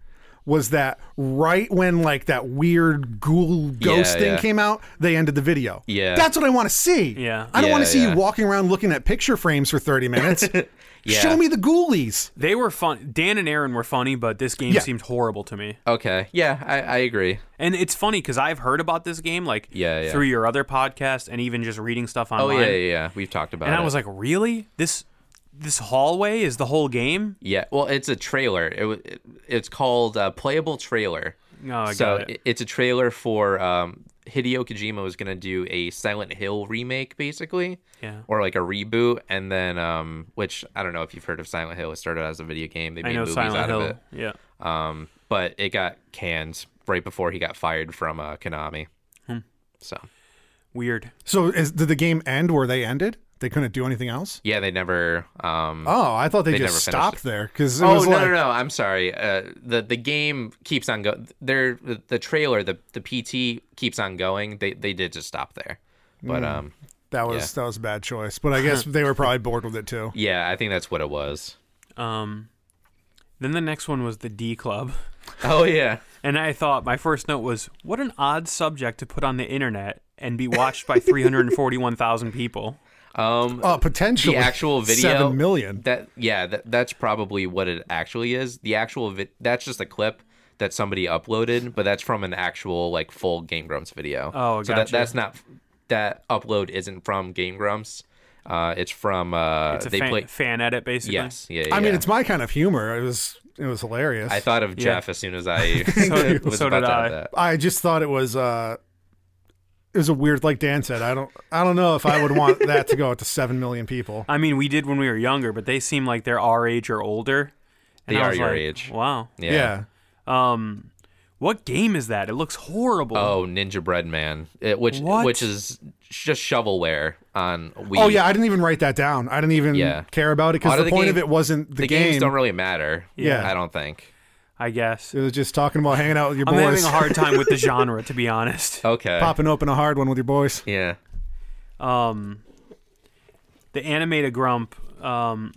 Speaker 2: was that right when like that weird ghoul ghost
Speaker 4: Yeah,
Speaker 2: thing
Speaker 4: yeah.
Speaker 2: came out, they ended the video.
Speaker 4: Yeah.
Speaker 2: That's what I want to see.
Speaker 3: Yeah.
Speaker 2: I don't
Speaker 4: Yeah,
Speaker 2: want to see
Speaker 4: yeah.
Speaker 2: you walking around looking at picture frames for 30 minutes.
Speaker 4: Yeah.
Speaker 2: Show me the ghoulies.
Speaker 3: They were fun. Dan and Aaron were funny, but this game
Speaker 2: Yeah.
Speaker 3: seemed horrible to me.
Speaker 4: Okay. Yeah, I, I agree.
Speaker 3: And it's funny because I've heard about this game like
Speaker 4: Yeah, yeah.
Speaker 3: through your other podcast and even just reading stuff
Speaker 4: Oh
Speaker 3: online.
Speaker 4: yeah, yeah, yeah. We've talked about
Speaker 3: And
Speaker 4: it.
Speaker 3: I was like, really? This this hallway is the whole game?
Speaker 4: yeah. Well, it's a trailer. It, wa- it it's called uh, playable trailer.
Speaker 3: Oh, I
Speaker 4: so
Speaker 3: got it.
Speaker 4: i- it's a trailer for um, Hideo Kojima was gonna do a Silent Hill remake, basically.
Speaker 3: Yeah.
Speaker 4: Or like a reboot, and then um, which I don't know if you've heard of Silent Hill. It started as a video game. They made
Speaker 3: I know
Speaker 4: movies
Speaker 3: Silent
Speaker 4: out
Speaker 3: Hill.
Speaker 4: of it.
Speaker 3: Yeah.
Speaker 4: Um, but it got canned right before he got fired from uh, Konami.
Speaker 3: Hmm.
Speaker 4: So
Speaker 3: Weird.
Speaker 2: So is, did the game end where they ended? They couldn't do anything else?
Speaker 4: yeah, they never. Um,
Speaker 2: Oh, I thought they,
Speaker 4: They never
Speaker 2: just
Speaker 4: finished
Speaker 2: stopped
Speaker 4: it.
Speaker 2: there because it
Speaker 4: Oh no,
Speaker 2: was like
Speaker 4: no, no! I'm sorry. Uh, the the game keeps on going. There, the, the trailer, the the PT keeps on going. They they did just stop there, but um,
Speaker 2: that was that was a bad choice. But I guess they were probably bored with it too.
Speaker 4: yeah, I think that's what it was.
Speaker 3: Um, then the next one was the D Club,
Speaker 4: Oh yeah,
Speaker 3: and I thought my first note was, "What an odd subject to put on the internet and be watched by 341,000 people."
Speaker 4: um,
Speaker 2: Uh, potentially
Speaker 4: the actual video
Speaker 2: seven million.
Speaker 4: That yeah, that, that's probably what it actually is. The actual vi- that's just a clip that somebody uploaded, but that's from an actual like full Game Grumps video.
Speaker 3: Oh,
Speaker 4: so
Speaker 3: gotcha.
Speaker 4: that that's not that upload isn't from Game Grumps. Uh, it's from uh,
Speaker 3: It's a
Speaker 4: they
Speaker 3: fan,
Speaker 4: play.
Speaker 3: fan edit, basically.
Speaker 4: Yes, yeah,
Speaker 2: I mean,
Speaker 4: yeah.
Speaker 2: it's my kind of humor. It was it was hilarious.
Speaker 4: I thought of Jeff as soon as I
Speaker 3: did-
Speaker 4: was
Speaker 3: so
Speaker 4: about
Speaker 3: did
Speaker 4: to have
Speaker 3: I.
Speaker 4: that.
Speaker 2: I just thought it was uh it was a weird like Dan said. I don't I don't know if I would want that to go out to seven million people.
Speaker 3: I mean, we did when we were younger, but they seem like they're our age or older. And
Speaker 4: They
Speaker 3: I
Speaker 4: are
Speaker 3: was
Speaker 4: your
Speaker 3: like,
Speaker 4: age.
Speaker 3: Wow.
Speaker 4: Yeah.
Speaker 2: Yeah.
Speaker 3: Um, what game is that? It looks horrible.
Speaker 4: Oh, Ninja Bread Man, it, which
Speaker 3: What?
Speaker 4: which is just shovelware on Wii.
Speaker 2: Oh yeah, I didn't even write that down. I didn't even
Speaker 4: Yeah.
Speaker 2: care about it
Speaker 4: A lot
Speaker 2: because the,
Speaker 4: of the
Speaker 2: point
Speaker 4: game-
Speaker 2: of it wasn't the,
Speaker 4: the
Speaker 2: game.
Speaker 4: games don't really matter.
Speaker 2: Yeah.
Speaker 4: I don't think.
Speaker 3: I guess
Speaker 2: it was just talking about hanging out with your
Speaker 3: I'm
Speaker 2: boys,
Speaker 3: having a hard time with the genre, to be honest.
Speaker 4: Okay.
Speaker 2: popping open a hard one with your boys.
Speaker 4: Yeah.
Speaker 3: um, the animated grump um,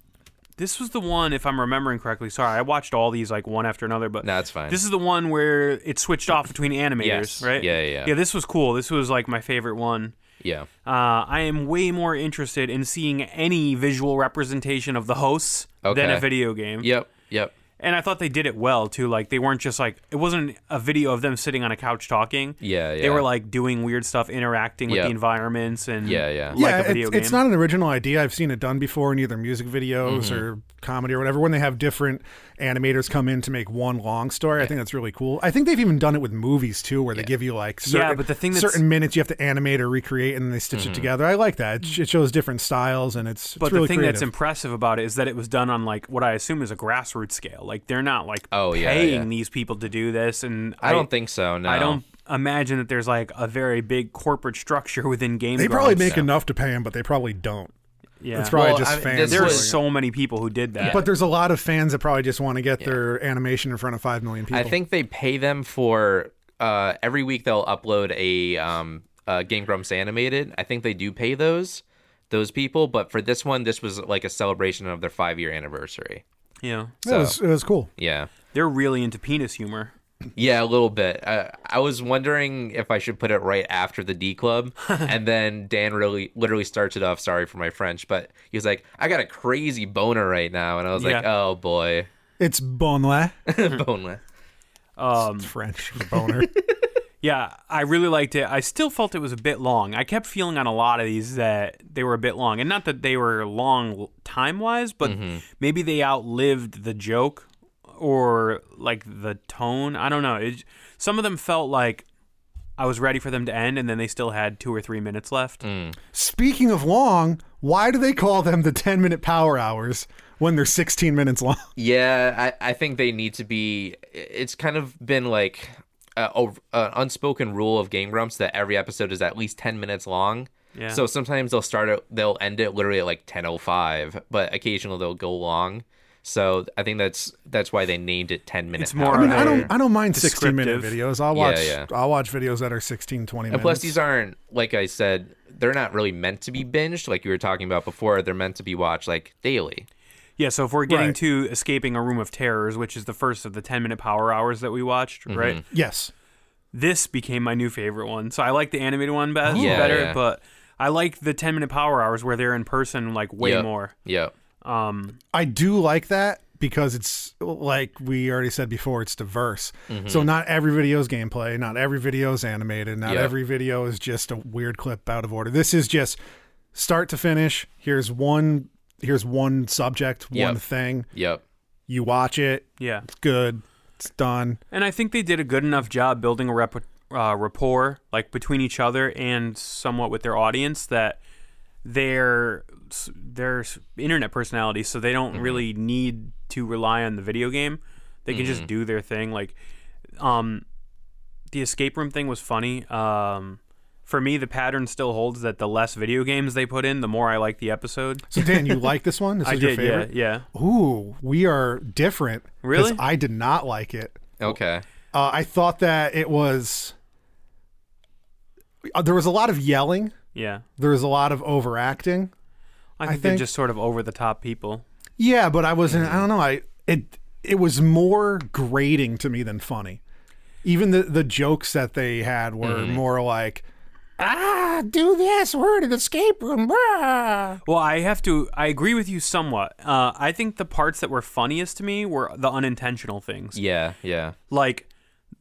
Speaker 3: This was the one, if I'm remembering correctly. Sorry, I watched all these like one after another, but
Speaker 4: No, it's fine.
Speaker 3: This is the one where it switched off between animators,
Speaker 4: Yes.
Speaker 3: right?
Speaker 4: Yeah, yeah, yeah.
Speaker 3: Yeah, this was cool. This was like my favorite one.
Speaker 4: Yeah.
Speaker 3: Uh, I am way more interested in seeing any visual representation of the hosts than
Speaker 4: Okay.
Speaker 3: a video game.
Speaker 4: Yep. Yep.
Speaker 3: And I thought they did it well too. Like they weren't just like it wasn't a video of them sitting on a couch talking.
Speaker 4: Yeah, yeah.
Speaker 3: They were like doing weird stuff, interacting with
Speaker 4: Yep.
Speaker 3: the environments and
Speaker 4: Yeah, yeah.
Speaker 3: like
Speaker 2: yeah,
Speaker 3: a video
Speaker 2: it's,
Speaker 3: game. Mm-hmm.
Speaker 2: it's not an original idea. I've seen it done before in either music videos or comedy or whatever. When they have different animators come in to make one long story, I think that's really cool. I think they've even done it with movies too, where they give you like certain,
Speaker 3: but the thing that's- Mm-hmm.
Speaker 2: certain minutes you have to animate or recreate, and they stitch it together. I like that. It, sh- it shows different styles, and it's, it's
Speaker 3: but
Speaker 2: really
Speaker 3: the thing
Speaker 2: creative.
Speaker 3: that's impressive about it is that it was done on like what I assume is a grassroots scale. Like they're not like
Speaker 4: Oh, yeah,
Speaker 3: paying
Speaker 4: yeah.
Speaker 3: these people to do this, and
Speaker 4: I don't think so. No.
Speaker 3: I don't imagine that there's like a very big corporate structure within game.
Speaker 2: they probably
Speaker 3: Grumps.
Speaker 2: make enough to pay him, but they probably don't.
Speaker 3: Yeah.
Speaker 2: It's probably
Speaker 4: Well,
Speaker 2: just
Speaker 4: I mean,
Speaker 2: fans.
Speaker 3: there are
Speaker 4: This
Speaker 2: doing
Speaker 4: was-
Speaker 2: it.
Speaker 3: so many people who did that.
Speaker 2: but there's a lot of fans that probably just want to get their animation in front of five million people.
Speaker 4: I think they pay them for uh, every week they'll upload a um, uh, Game Grumps animated. I think they do pay those those people, but for this one, this was like a celebration of their five year anniversary.
Speaker 3: yeah,
Speaker 2: it was it was cool.
Speaker 4: Yeah,
Speaker 3: they're really into penis humor.
Speaker 4: yeah, a little bit. Uh, I was wondering if I should put it right after the D Club, and then Dan really literally starts it off. Sorry for my French, but he was like, "I got a crazy boner right now," and I was
Speaker 3: Yeah.
Speaker 4: like, "Oh boy,
Speaker 2: It's bonle.
Speaker 3: Um,
Speaker 4: boner."
Speaker 2: It's French for boner.
Speaker 3: Yeah, I really liked it. I still felt it was a bit long. I kept feeling on a lot of these that they were a bit long, and not that they were long time wise, but maybe they outlived the joke or like the tone. I don't know. It, some of them felt like I was ready for them to end, and then they still had two or three minutes left.
Speaker 2: Speaking of long, why do they call them the 10 minute power hours when they're 16 minutes long?
Speaker 4: Yeah, I, I think they need to be. It's kind of been like a, a, an unspoken rule of Game Grumps that every episode is at least ten minutes long.
Speaker 3: Yeah.
Speaker 4: So sometimes they'll start it, they'll end it literally at like ten oh five, but occasionally they'll go long. So I think that's that's why they named it ten minutes.
Speaker 3: It's more
Speaker 2: I mean,
Speaker 3: of
Speaker 2: I
Speaker 3: a-
Speaker 2: don't I don't mind 16 minute
Speaker 3: Descriptive.
Speaker 2: videos. I'll watch
Speaker 4: yeah.
Speaker 2: I'll watch videos that are 16 20 minutes.
Speaker 4: And plus, these aren't like I said. They're not really meant to be binged, like you were talking about before. They're meant to be watched like daily.
Speaker 3: Yeah, so if we're getting
Speaker 2: Right.
Speaker 3: to Escaping a Room of Terrors, which is the first of the 10 minute power hours that we watched, right?
Speaker 2: yes.
Speaker 3: This became my new favorite one. So I like the animated one best,
Speaker 4: Yeah,
Speaker 3: better,
Speaker 4: yeah.
Speaker 3: but I like the 10 minute power hours where they're in person like way
Speaker 4: Yep.
Speaker 3: more.
Speaker 4: Yep.
Speaker 3: Um,
Speaker 2: I do like that because it's like we already said before, it's diverse.
Speaker 4: Mm-hmm.
Speaker 2: So not every video is gameplay, not every video is animated, not
Speaker 4: Yeah.
Speaker 2: every video is just a weird clip out of order. This is just start to finish. Here's one here's one subject, one
Speaker 4: Yep.
Speaker 2: thing.
Speaker 4: Yep.
Speaker 2: You watch it,
Speaker 3: yeah.
Speaker 2: it's good, it's done.
Speaker 3: And I think they did a good enough job building a rep- uh, rapport like between each other and somewhat with their audience that their their internet personality so they don't really need to rely on the video game. They can just do their thing like um the escape room thing was funny. Um for me the pattern still holds that the less video games they put in, the more I like the episode.
Speaker 2: So Dan, you like this one? This
Speaker 3: I
Speaker 2: is
Speaker 3: did,
Speaker 2: your favorite?
Speaker 3: yeah, yeah.
Speaker 2: Ooh, we are different. 'cause
Speaker 3: Really?
Speaker 2: I did not like it.
Speaker 4: Okay.
Speaker 2: Uh, I thought that it was. Uh, there was a lot of yelling.
Speaker 3: Yeah.
Speaker 2: There was a lot of overacting.
Speaker 3: I think, they're
Speaker 2: think-
Speaker 3: just sort of over the top people.
Speaker 2: Yeah, but I wasn't. I don't know. I it it was more grating to me than funny. Even the the jokes that they had were
Speaker 3: Mm-hmm.
Speaker 2: more like, ah, do this. We're in an escape room. Rah.
Speaker 3: Well, I have to. I agree with you somewhat. Uh, I think the parts that were funniest to me were the unintentional things,
Speaker 4: Yeah. Yeah.
Speaker 3: like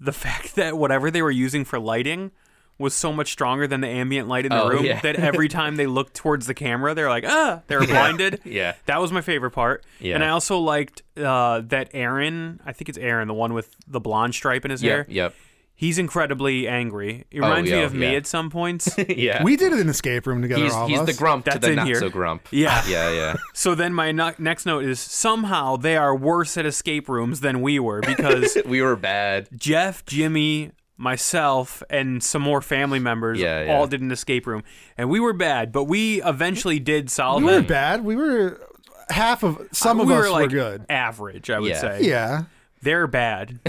Speaker 3: the fact that whatever they were using for lighting was so much stronger than the ambient light in the
Speaker 4: Oh,
Speaker 3: room
Speaker 4: yeah.
Speaker 3: that every time they looked towards the camera, they're like, ah, they're blinded.
Speaker 4: Yeah.
Speaker 3: that was my favorite part.
Speaker 4: Yeah.
Speaker 3: and I also liked uh, that Aaron. I think it's Aaron, the one with the blonde stripe in his hair.
Speaker 4: Yep. Yep.
Speaker 3: He's incredibly angry. It reminds me
Speaker 4: Oh, yeah,
Speaker 3: of me
Speaker 4: yeah.
Speaker 3: at some points.
Speaker 4: Yeah.
Speaker 2: We did it in an escape room together.
Speaker 4: He's,
Speaker 2: all of
Speaker 4: he's
Speaker 2: us.
Speaker 4: the grump
Speaker 3: That's
Speaker 4: to the
Speaker 3: in
Speaker 4: not
Speaker 3: here.
Speaker 4: so grump.
Speaker 3: Yeah.
Speaker 4: Yeah, yeah.
Speaker 3: So then my no- next note is somehow they are worse at escape rooms than we were because
Speaker 4: we were bad.
Speaker 3: Jeff, Jimmy, myself, and some more family members
Speaker 4: Yeah, yeah.
Speaker 3: all did an escape room. And we were bad, but we eventually did solve
Speaker 2: We were
Speaker 3: it.
Speaker 2: bad. We were half of some of
Speaker 3: Uh, we
Speaker 2: us
Speaker 3: were like
Speaker 2: good.
Speaker 3: average, I would
Speaker 4: Yeah.
Speaker 3: say.
Speaker 2: Yeah.
Speaker 3: They're bad.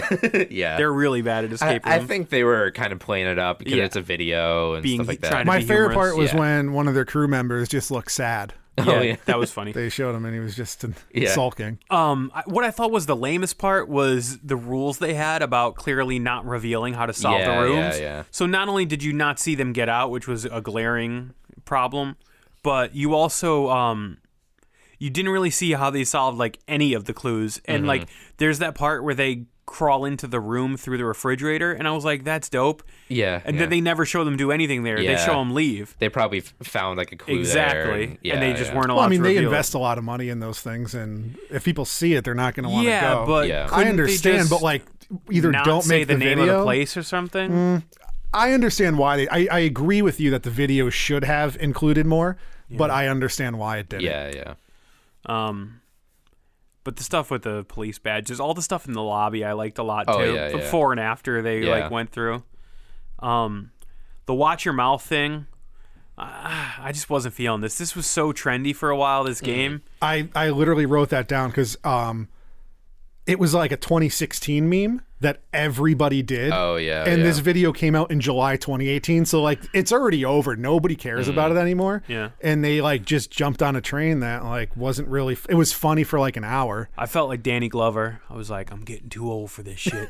Speaker 4: Yeah.
Speaker 3: They're really bad at
Speaker 4: I,
Speaker 3: escape
Speaker 4: I
Speaker 3: rooms.
Speaker 4: think they were kind of playing it up because
Speaker 3: Yeah.
Speaker 4: it's a video and
Speaker 3: Being-
Speaker 4: stuff like that.
Speaker 3: trying to-
Speaker 2: My
Speaker 3: be
Speaker 2: favorite
Speaker 3: humorous,
Speaker 2: part was
Speaker 4: yeah.
Speaker 2: when one of their crew members just looked sad.
Speaker 3: Yeah,
Speaker 4: oh, yeah.
Speaker 3: that was funny.
Speaker 2: They showed him and he was just
Speaker 4: Yeah.
Speaker 2: sulking.
Speaker 3: Um, I, what I thought was the lamest part was the rules they had about clearly not revealing how to solve
Speaker 4: Yeah,
Speaker 3: the
Speaker 4: yeah,
Speaker 3: rooms.
Speaker 4: yeah.
Speaker 3: So not only did you not see them get out, which was a glaring problem, but you also um, you didn't really see how they solved like any of the clues.
Speaker 4: Mm-hmm.
Speaker 3: And like, there's that part where they crawl into the room through the refrigerator, and I was like, that's dope.
Speaker 4: Yeah,
Speaker 3: And
Speaker 4: yeah.
Speaker 3: then they never show them do anything there.
Speaker 4: Yeah.
Speaker 3: They show them leave.
Speaker 4: They probably f- found like a clue there.
Speaker 3: Exactly. and they just
Speaker 4: yeah.
Speaker 3: weren't allowed
Speaker 2: Well, I mean,
Speaker 3: to
Speaker 2: they
Speaker 3: reveal it.
Speaker 2: invest a lot of money in those things, and if people see it, they're not going to want to
Speaker 3: Yeah,
Speaker 2: go.
Speaker 3: but
Speaker 4: Yeah. I
Speaker 3: couldn't
Speaker 2: I
Speaker 3: they
Speaker 2: understand,
Speaker 3: just-
Speaker 2: but like either
Speaker 3: not
Speaker 2: don't
Speaker 3: say
Speaker 2: make
Speaker 3: the, name
Speaker 2: video.
Speaker 3: of the place or something.
Speaker 2: I understand why they. I, I agree with you that the video should have included more, but I understand why it didn't.
Speaker 4: Yeah, yeah.
Speaker 3: Um, but the stuff with the police badges, all the stuff in the lobby, I liked a lot
Speaker 4: Oh,
Speaker 3: too.
Speaker 4: yeah, yeah.
Speaker 3: Before and after they
Speaker 4: Yeah.
Speaker 3: like went through. Um, the watch your mouth thing. ah, I just wasn't feeling this. This was so trendy for a while.
Speaker 4: Mm.
Speaker 3: This game.
Speaker 2: I I literally wrote that down because um, it was like a 2016 meme that everybody did.
Speaker 4: Oh, yeah,
Speaker 2: And
Speaker 4: yeah.
Speaker 2: this video came out in July 2018, so like it's already over. Nobody cares
Speaker 4: Mm-hmm.
Speaker 2: about it anymore.
Speaker 3: Yeah.
Speaker 2: And they like just jumped on a train that like wasn't really. It was funny for like an hour.
Speaker 3: I felt like Danny Glover. I was like, I'm getting too old for this shit.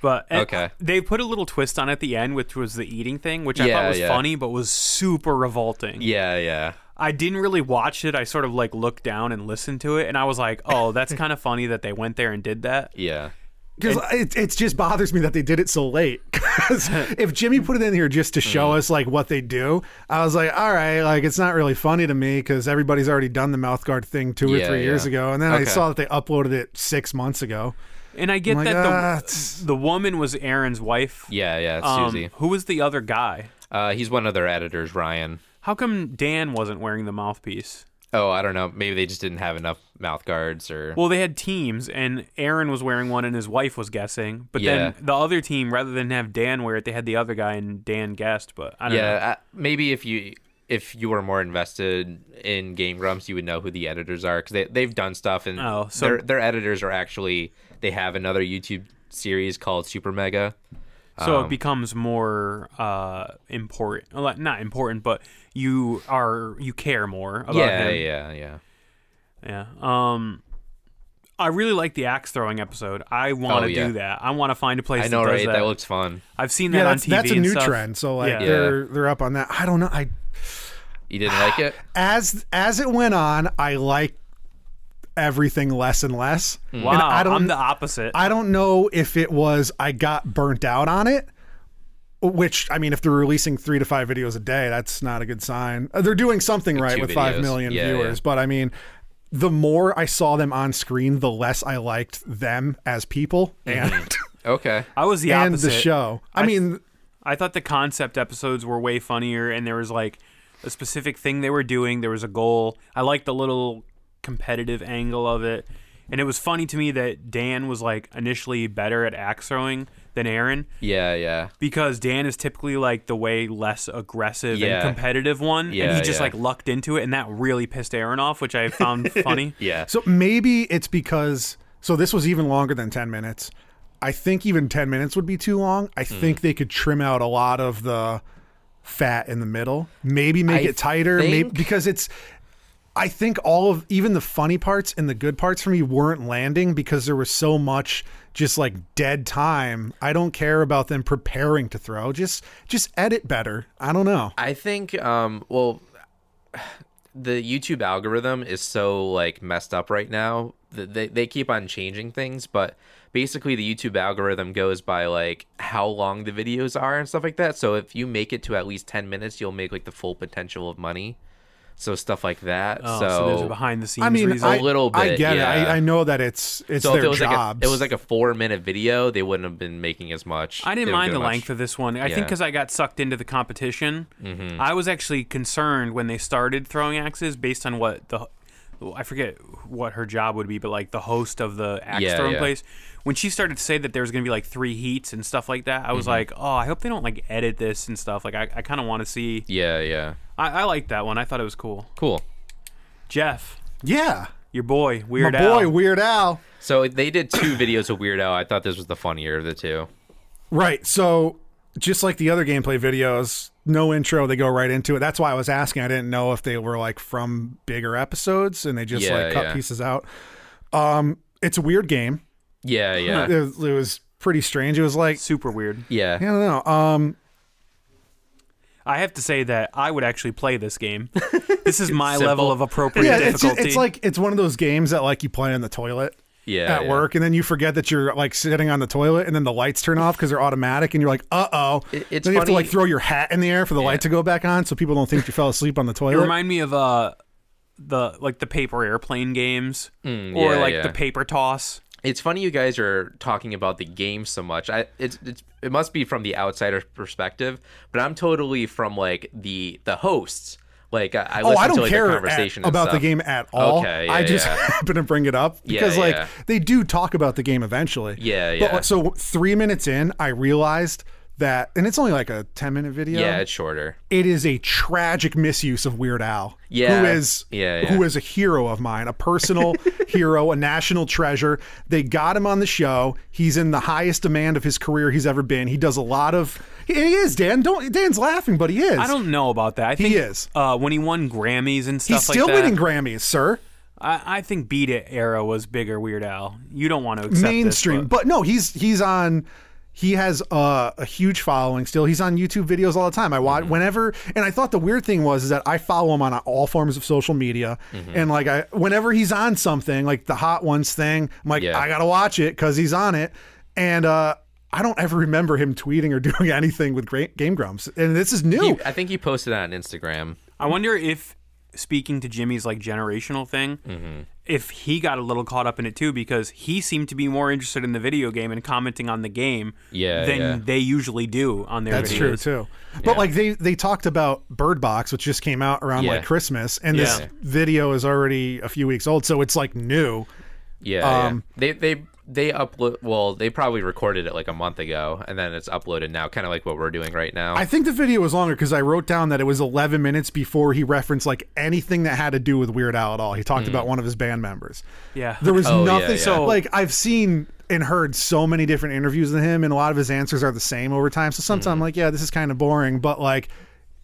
Speaker 3: But and
Speaker 4: Okay.
Speaker 3: they put a little twist on at the end, which was the eating thing, which I
Speaker 4: Yeah,
Speaker 3: thought was
Speaker 4: yeah.
Speaker 3: funny, but was super revolting.
Speaker 4: Yeah, yeah.
Speaker 3: I didn't really watch it. I sort of like looked down and listened to it, and I was like, "Oh, that's kind of funny that they went there and did that."
Speaker 4: Yeah.
Speaker 2: Because it, it just bothers me that they did it so late. 'Cause if Jimmy put it in here just to show
Speaker 3: Mm.
Speaker 2: us like what they do, I was like, all right, like it's not really funny to me because everybody's already done the mouth guard thing two or
Speaker 4: Yeah,
Speaker 2: three years
Speaker 4: yeah.
Speaker 2: ago, and then I
Speaker 4: Okay.
Speaker 2: saw that they uploaded it six months ago.
Speaker 3: And I get
Speaker 2: Oh my
Speaker 3: that
Speaker 2: God.
Speaker 3: the the woman was Aaron's wife.
Speaker 4: Yeah, yeah. It's
Speaker 3: Um,
Speaker 4: Susie.
Speaker 3: who was the other guy?
Speaker 4: Uh, he's one of their editors, Ryan.
Speaker 3: How come Dan wasn't wearing the mouthpiece?
Speaker 4: Oh, I don't know. Maybe they just didn't have enough mouth guards or.
Speaker 3: Well, they had teams, and Aaron was wearing one, and his wife was guessing. But
Speaker 4: Yeah.
Speaker 3: then the other team, rather than have Dan wear it, they had the other guy, and Dan guessed. But I don't know.
Speaker 4: yeah, uh, maybe if you if you were more invested in Game Grumps, you would know who the editors are because they they've done stuff and
Speaker 3: Oh, so-
Speaker 4: their their editors are actually they have another YouTube series called Super Mega.
Speaker 3: So
Speaker 4: um,
Speaker 3: it becomes more uh, important. well, Not important, but you are you care more about
Speaker 4: Yeah,
Speaker 3: him.
Speaker 4: yeah, yeah.
Speaker 3: Yeah. Um I really like the axe throwing episode. I want to
Speaker 4: Oh, yeah.
Speaker 3: do that. I want to find a place
Speaker 4: I know,
Speaker 3: that does
Speaker 4: right?
Speaker 3: that.
Speaker 4: That looks fun.
Speaker 3: I've seen
Speaker 2: Yeah,
Speaker 3: that
Speaker 2: that's
Speaker 3: on TV
Speaker 2: that's a
Speaker 3: and
Speaker 2: new
Speaker 3: stuff.
Speaker 2: trend. So like
Speaker 3: Yeah.
Speaker 2: they're they're up on that. I don't know. I
Speaker 4: You didn't like it?
Speaker 2: as as it went on, I like everything less and less.
Speaker 3: Wow,
Speaker 2: And I don't
Speaker 3: am the opposite.
Speaker 2: I don't know if it was I got burnt out on it, which I mean, if they're releasing three to five videos a day, that's not a good sign. Uh, They're doing something right
Speaker 4: Two
Speaker 2: with five
Speaker 4: videos.
Speaker 2: million
Speaker 4: Yeah,
Speaker 2: viewers,
Speaker 4: yeah.
Speaker 2: but I mean, the more I saw them on screen, the less I liked them as people
Speaker 4: Mm-hmm.
Speaker 2: and
Speaker 4: Okay.
Speaker 3: I was the
Speaker 2: and
Speaker 3: opposite.
Speaker 2: the show. I, mean,
Speaker 3: I thought the concept episodes were way funnier and there was like a specific thing they were doing, there was a goal. I liked the little competitive angle of it. And it was funny to me that Dan was like initially better at axe throwing than Aaron.
Speaker 4: Yeah, yeah.
Speaker 3: because Dan is typically like the way less aggressive
Speaker 4: Yeah.
Speaker 3: and competitive one, and
Speaker 4: Yeah,
Speaker 3: he just
Speaker 4: yeah.
Speaker 3: like lucked into it, and that really pissed Aaron off, which I found funny.
Speaker 4: Yeah.
Speaker 2: so maybe it's because so this was even longer than ten minutes. I think even ten minutes would be too long. I
Speaker 4: Hmm.
Speaker 2: think they could trim out a lot of the fat in the middle. Maybe make
Speaker 4: I
Speaker 2: it tighter. Maybe
Speaker 4: think-
Speaker 2: because it's. I think all of even the funny parts and the good parts for me weren't landing because there was so much just like dead time. I don't care about them preparing to throw. Just just edit better. I don't know.
Speaker 4: I think um well the YouTube algorithm is so like messed up right now. that They they keep on changing things, but basically the YouTube algorithm goes by like how long the videos are and stuff like that. So if you make it to at least 10 minutes, you'll make like the full potential of money. So stuff like that.
Speaker 3: Oh,
Speaker 4: so
Speaker 3: so, there's a behind the scenes.
Speaker 2: I mean,
Speaker 3: reason.
Speaker 2: I,
Speaker 4: a little
Speaker 2: I
Speaker 4: bit,
Speaker 2: get it.
Speaker 4: yeah.
Speaker 2: I, I know that it's it's
Speaker 4: so if
Speaker 2: their
Speaker 4: it was
Speaker 2: jobs.
Speaker 4: like a, it was like a 4 minute video, they wouldn't have been making as much.
Speaker 3: I
Speaker 4: They
Speaker 3: didn't
Speaker 4: don't
Speaker 3: mind
Speaker 4: get
Speaker 3: the
Speaker 4: much.
Speaker 3: length of this one. I think
Speaker 4: Yeah. Mm-hmm.
Speaker 3: because I got sucked into the competition. I was actually concerned when they started throwing axes based on what the I forget what her job would be, but like the host of the axe
Speaker 4: Yeah,
Speaker 3: throwing
Speaker 4: yeah.
Speaker 3: place. When she started to say that there was going to be like three heats and stuff like that, I
Speaker 4: Mm-hmm.
Speaker 3: was like, oh, I hope they don't like edit this and stuff. Like, I, I kind of want to see.
Speaker 4: Yeah, yeah.
Speaker 3: I, I liked that one. I thought it was cool.
Speaker 4: Cool.
Speaker 3: Jeff,
Speaker 2: yeah.
Speaker 3: your boy,
Speaker 2: My
Speaker 3: Weird Al.
Speaker 2: boy, Weird Al.
Speaker 4: So they did two videos of Weird Al. I thought this was the funnier of the two.
Speaker 2: Right. So just like the other gameplay videos, no intro, they go right into it. That's why I was asking. I didn't know if they were like from bigger episodes and they just
Speaker 4: Yeah,
Speaker 2: like cut
Speaker 4: yeah.
Speaker 2: pieces out. Um, it's a weird game.
Speaker 4: Yeah,
Speaker 2: It,
Speaker 4: yeah,
Speaker 2: it was pretty strange. It was like
Speaker 3: Super weird.
Speaker 2: I
Speaker 4: yeah.
Speaker 2: don't know. Um,
Speaker 3: I have to say that I would actually play this game. This is my level of appropriate
Speaker 2: yeah, it's,
Speaker 3: difficulty.
Speaker 2: it's like it's one of those games that like you play on the toilet
Speaker 4: Yeah,
Speaker 2: at
Speaker 4: yeah.
Speaker 2: work, and then you forget that you're like sitting on the toilet, and then the lights turn off because they're automatic, and you're like, uh oh.
Speaker 4: It- it's
Speaker 2: then you have to
Speaker 4: funny-
Speaker 2: like throw your hat in the air for the light to go back on, so people don't think you fell asleep on the toilet.
Speaker 3: It remind me of uh the like the paper airplane games
Speaker 2: Mm,
Speaker 3: or
Speaker 4: yeah,
Speaker 3: like
Speaker 4: yeah.
Speaker 3: the paper toss.
Speaker 4: It's funny you guys are talking about the game so much. I it's, it's it must be from the outsider perspective, but I'm totally from like the the hosts. Like I, I
Speaker 2: oh,
Speaker 4: listen
Speaker 2: I don't
Speaker 4: to like,
Speaker 2: care
Speaker 4: their
Speaker 2: at-
Speaker 4: conversation and
Speaker 2: about the
Speaker 4: stuff.
Speaker 2: game at all.
Speaker 4: Okay, yeah,
Speaker 2: I just
Speaker 4: yeah.
Speaker 2: happen to bring it up
Speaker 4: Yeah,
Speaker 2: because, like,
Speaker 4: yeah.
Speaker 2: they do talk about the game eventually.
Speaker 4: Yeah,
Speaker 2: But,
Speaker 4: yeah.
Speaker 2: like, so three minutes in, I realized that, and it's only like a ten-minute video.
Speaker 4: Yeah, it's shorter.
Speaker 2: it is a tragic misuse of Weird Al.
Speaker 4: Yeah.
Speaker 2: Who is
Speaker 4: Yeah, yeah.
Speaker 2: who is a hero of mine, a personal hero, a national treasure. They got him on the show. He's in the highest demand of his career he's ever been. He does a lot of he he is, Dan. Don't Dan's laughing, but he is.
Speaker 3: I don't know about that. I think
Speaker 2: is.
Speaker 3: Uh, when he won Grammys and stuff
Speaker 2: He's still
Speaker 3: like that.
Speaker 2: winning Grammys, sir.
Speaker 3: I, I think Beat It era was bigger Weird Al. You don't want to accept
Speaker 2: Mainstream.
Speaker 3: This,
Speaker 2: but. no, he's he's on he has uh, a huge following still. He's on YouTube videos all the time. I watch whenever, and I thought the weird thing was is that I follow him on all forms of social media, and like I, whenever he's on something like the Hot Ones thing, I'm like
Speaker 4: Yeah.
Speaker 2: I gotta watch it because he's on it, and uh, I don't ever remember him tweeting or doing anything with Gra- Game Grumps, and this is new.
Speaker 4: He- I think he posted it on Instagram.
Speaker 3: I wonder if speaking to Jimmy's like generational thing,
Speaker 4: Mm-hmm.
Speaker 3: if he got a little caught up in it too because he seemed to be more interested in the video game and commenting on the game
Speaker 4: Yeah,
Speaker 3: than
Speaker 4: yeah.
Speaker 3: they usually do on their
Speaker 2: That's
Speaker 3: videos.
Speaker 2: true too. But like they they talked about Bird Box, which just came out around
Speaker 4: Yeah.
Speaker 2: like Christmas, and this
Speaker 3: Yeah.
Speaker 2: video is already a few weeks old, so it's like new.
Speaker 4: Yeah, yeah.
Speaker 2: Um,
Speaker 4: They they they upload. Well, they probably recorded it like a month ago, and then it's uploaded now, kind of like what we're doing right now.
Speaker 2: I think the video was longer because I wrote down that it was 11 minutes before he referenced like anything that had to do with Weird Al at all. He talked about one of his band members.
Speaker 3: Yeah.
Speaker 2: There was
Speaker 4: Oh, yeah,
Speaker 2: nothing.
Speaker 4: yeah.
Speaker 2: So like I've seen and heard so many different interviews with him, and a lot of his answers are the same over time. So sometimes I'm like, yeah, this is kind of boring, but like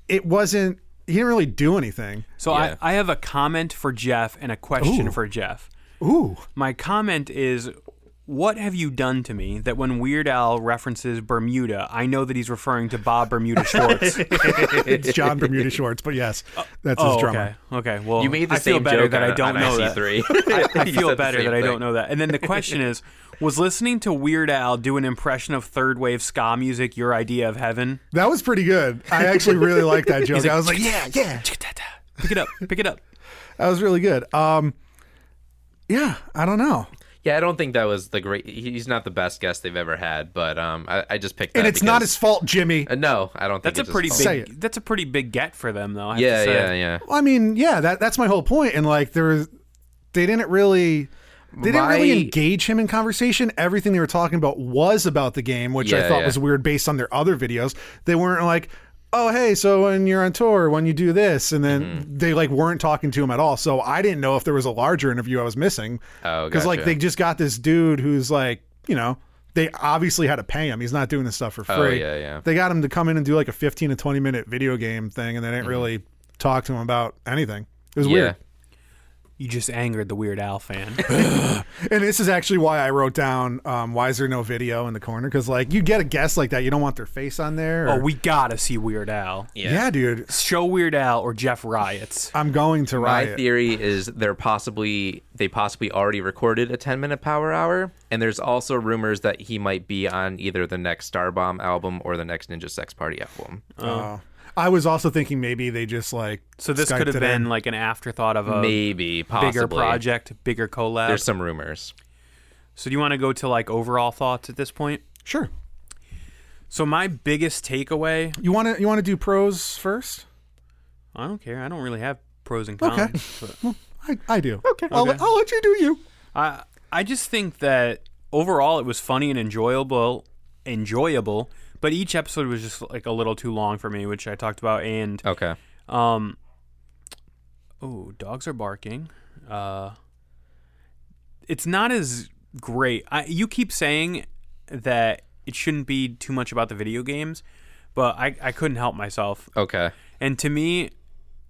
Speaker 2: it wasn't. He didn't really do anything.
Speaker 3: So
Speaker 4: Yeah.
Speaker 3: I, I have a comment for Jeff and a question for Jeff.
Speaker 2: Ooh,
Speaker 3: My comment is what have you done to me that when Weird Al references Bermuda, I know that he's referring to Bob Bermuda Shorts?
Speaker 2: it's John Bermuda Shorts, but yes, that's his
Speaker 3: oh,
Speaker 2: drummer.
Speaker 3: okay. Okay. Well,
Speaker 4: you made the
Speaker 3: I feel
Speaker 4: same
Speaker 3: better
Speaker 4: joke
Speaker 3: that
Speaker 4: on,
Speaker 3: I don't
Speaker 4: on
Speaker 3: know that.
Speaker 4: IC3.
Speaker 3: I, I
Speaker 4: You
Speaker 3: feel
Speaker 4: said the
Speaker 3: better
Speaker 4: same
Speaker 3: that I
Speaker 4: thing.
Speaker 3: don't know that. And then the question is was listening to Weird Al do an impression of third wave ska music your idea of heaven?
Speaker 2: That was pretty good. I actually really liked that joke. I was like, yeah, yeah.
Speaker 3: Pick it up. Pick it up.
Speaker 2: That was really good. Um, yeah, I don't know.
Speaker 4: Yeah, I don't think that was the great. he- He's not the best guest they've ever had, but um, I, I just picked.
Speaker 2: And
Speaker 4: that
Speaker 2: it's not
Speaker 4: because-
Speaker 2: his fault, Jimmy.
Speaker 4: Uh, no, I don't think
Speaker 3: That's a
Speaker 4: it's his
Speaker 3: pretty
Speaker 4: fault.
Speaker 2: Say it.
Speaker 3: big that's a pretty big get for them though. I have to
Speaker 4: Yeah,
Speaker 3: say.
Speaker 4: yeah, yeah.
Speaker 2: I mean, yeah, that that's my whole point. And like, there was, they didn't really, they didn't really
Speaker 4: My-
Speaker 2: engage him in conversation. Everything they were talking about was about the game, which I
Speaker 4: Yeah,
Speaker 2: thought
Speaker 4: yeah.
Speaker 2: was weird based on their other videos. They weren't like, oh hey, so when you're on tour, when you do this, and then
Speaker 4: Mm-hmm.
Speaker 2: they like weren't talking to him at all. So I didn't know if there was a larger interview I was missing.
Speaker 4: Oh,
Speaker 2: like
Speaker 4: gotcha.
Speaker 2: they just got this dude who's like, you know. They obviously had to pay him. He's not doing this stuff for free.
Speaker 4: Oh, yeah, yeah.
Speaker 2: They got him to come in and do like a 15 to 20 minute video game thing, and they didn't really talk to him about anything. It was
Speaker 4: Yeah.
Speaker 2: weird.
Speaker 3: You just angered the Weird Al fan.
Speaker 2: And this is actually why I wrote down um, why is there no video in the corner? Because like you get a guest like that, you don't want their face on there.
Speaker 3: oh,
Speaker 2: or-
Speaker 3: we gotta see Weird Al.
Speaker 2: yeah. dude.
Speaker 3: Show Weird Al or Jeff riots.
Speaker 2: I'm going to
Speaker 4: My
Speaker 2: riot.
Speaker 4: theory is they're possibly they possibly already recorded a 10 minute power hour, and there's also rumors that he might be on either the next Starbomb album or the next Ninja Sex Party album.
Speaker 3: Uh,
Speaker 2: Oh. I was also thinking maybe they just like
Speaker 3: So this
Speaker 2: Skyped
Speaker 3: could
Speaker 2: it
Speaker 3: have been
Speaker 2: in.
Speaker 3: like an afterthought of a
Speaker 4: Maybe, possibly.
Speaker 3: bigger project, bigger collab.
Speaker 4: There's some rumors.
Speaker 3: so do you want to go to like overall thoughts at this point?
Speaker 2: sure.
Speaker 3: So my biggest takeaway,
Speaker 2: You want to you want to do pros first?
Speaker 3: I don't care. I don't really have pros and
Speaker 2: Okay.
Speaker 3: cons. but-
Speaker 2: I, I do. Okay. I'll,
Speaker 3: Okay.
Speaker 2: I'll let you do you.
Speaker 3: I I just think that overall it was funny and enjoyable, enjoyable. But each episode was just like a little too long for me, which I talked about. And
Speaker 4: Okay.
Speaker 3: Um. Oh, dogs are barking. Uh. It's not as great. I, you keep saying that it shouldn't be too much about the video games, but I, I couldn't help myself.
Speaker 4: Okay.
Speaker 3: And to me,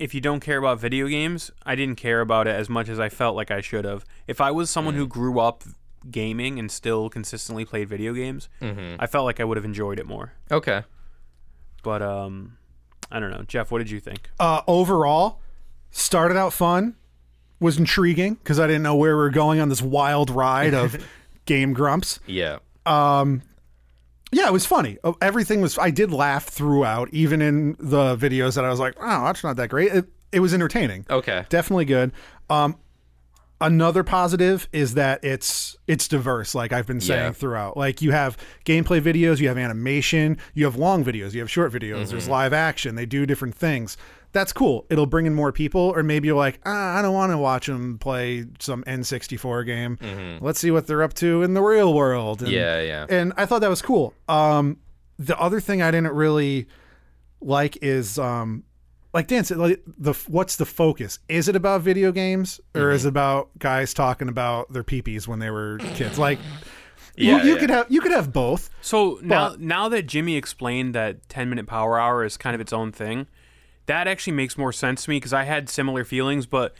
Speaker 3: if you don't care about video games, I didn't care about it as much as I felt like I should have. If I was someone who grew up gaming and still consistently played video games, I felt like I would have enjoyed it more.
Speaker 4: Okay.
Speaker 3: But um, I don't know, Jeff. What did you think?
Speaker 2: uh, overall started out fun was intriguing because i didn't know where we were going on this wild ride of game grumps
Speaker 4: Yeah.
Speaker 2: yeah it was funny Uh, everything was i did laugh throughout even in the videos that i was like oh that's not that great it, it was entertaining
Speaker 4: Okay.
Speaker 2: definitely good um another positive is that it's it's diverse like i've been saying
Speaker 4: Yeah.
Speaker 2: throughout like you have gameplay videos you have animation you have long videos you have short videos
Speaker 4: Mm-hmm.
Speaker 2: there's live action they do different things that's cool it'll bring in more people or maybe you're like ah, i don't want to watch them play some n64 game let's see what they're up to in the real world and,
Speaker 4: Mm-hmm. Yeah, yeah.
Speaker 2: and i thought that was cool um the other thing i didn't really like is um like Dan said, like the what's the focus? Is it about video games or
Speaker 4: Mm-hmm.
Speaker 2: is it about guys talking about their peepees when they were kids? Like, you-
Speaker 4: Yeah,
Speaker 2: you,
Speaker 4: yeah.
Speaker 2: could have you could have both.
Speaker 3: So now, now that Jimmy explained that 10 minute power hour is kind of its own thing, that actually makes more sense to me because I had similar feelings. But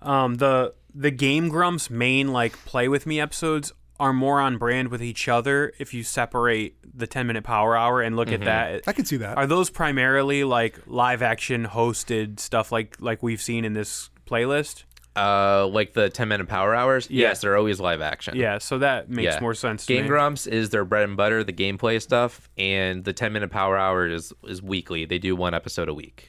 Speaker 3: um, the the Game Grumps main like play with me episodes are more on brand with each other. If you separate the 10 minute power hour and look
Speaker 4: Mm-hmm.
Speaker 3: at
Speaker 2: I
Speaker 3: that,
Speaker 2: could see that.
Speaker 3: are those primarily like live action hosted stuff like like we've seen in this playlist?
Speaker 4: Uh, like the 10 minute power hours?
Speaker 3: Yeah.
Speaker 4: Yes, they're always live action.
Speaker 3: Yeah, so that makes
Speaker 4: Yeah.
Speaker 3: more sense. To
Speaker 4: Game
Speaker 3: me.
Speaker 4: Grumps is their bread and butter, the gameplay stuff, and the 10 minute power hour is, is weekly. They do one episode a week.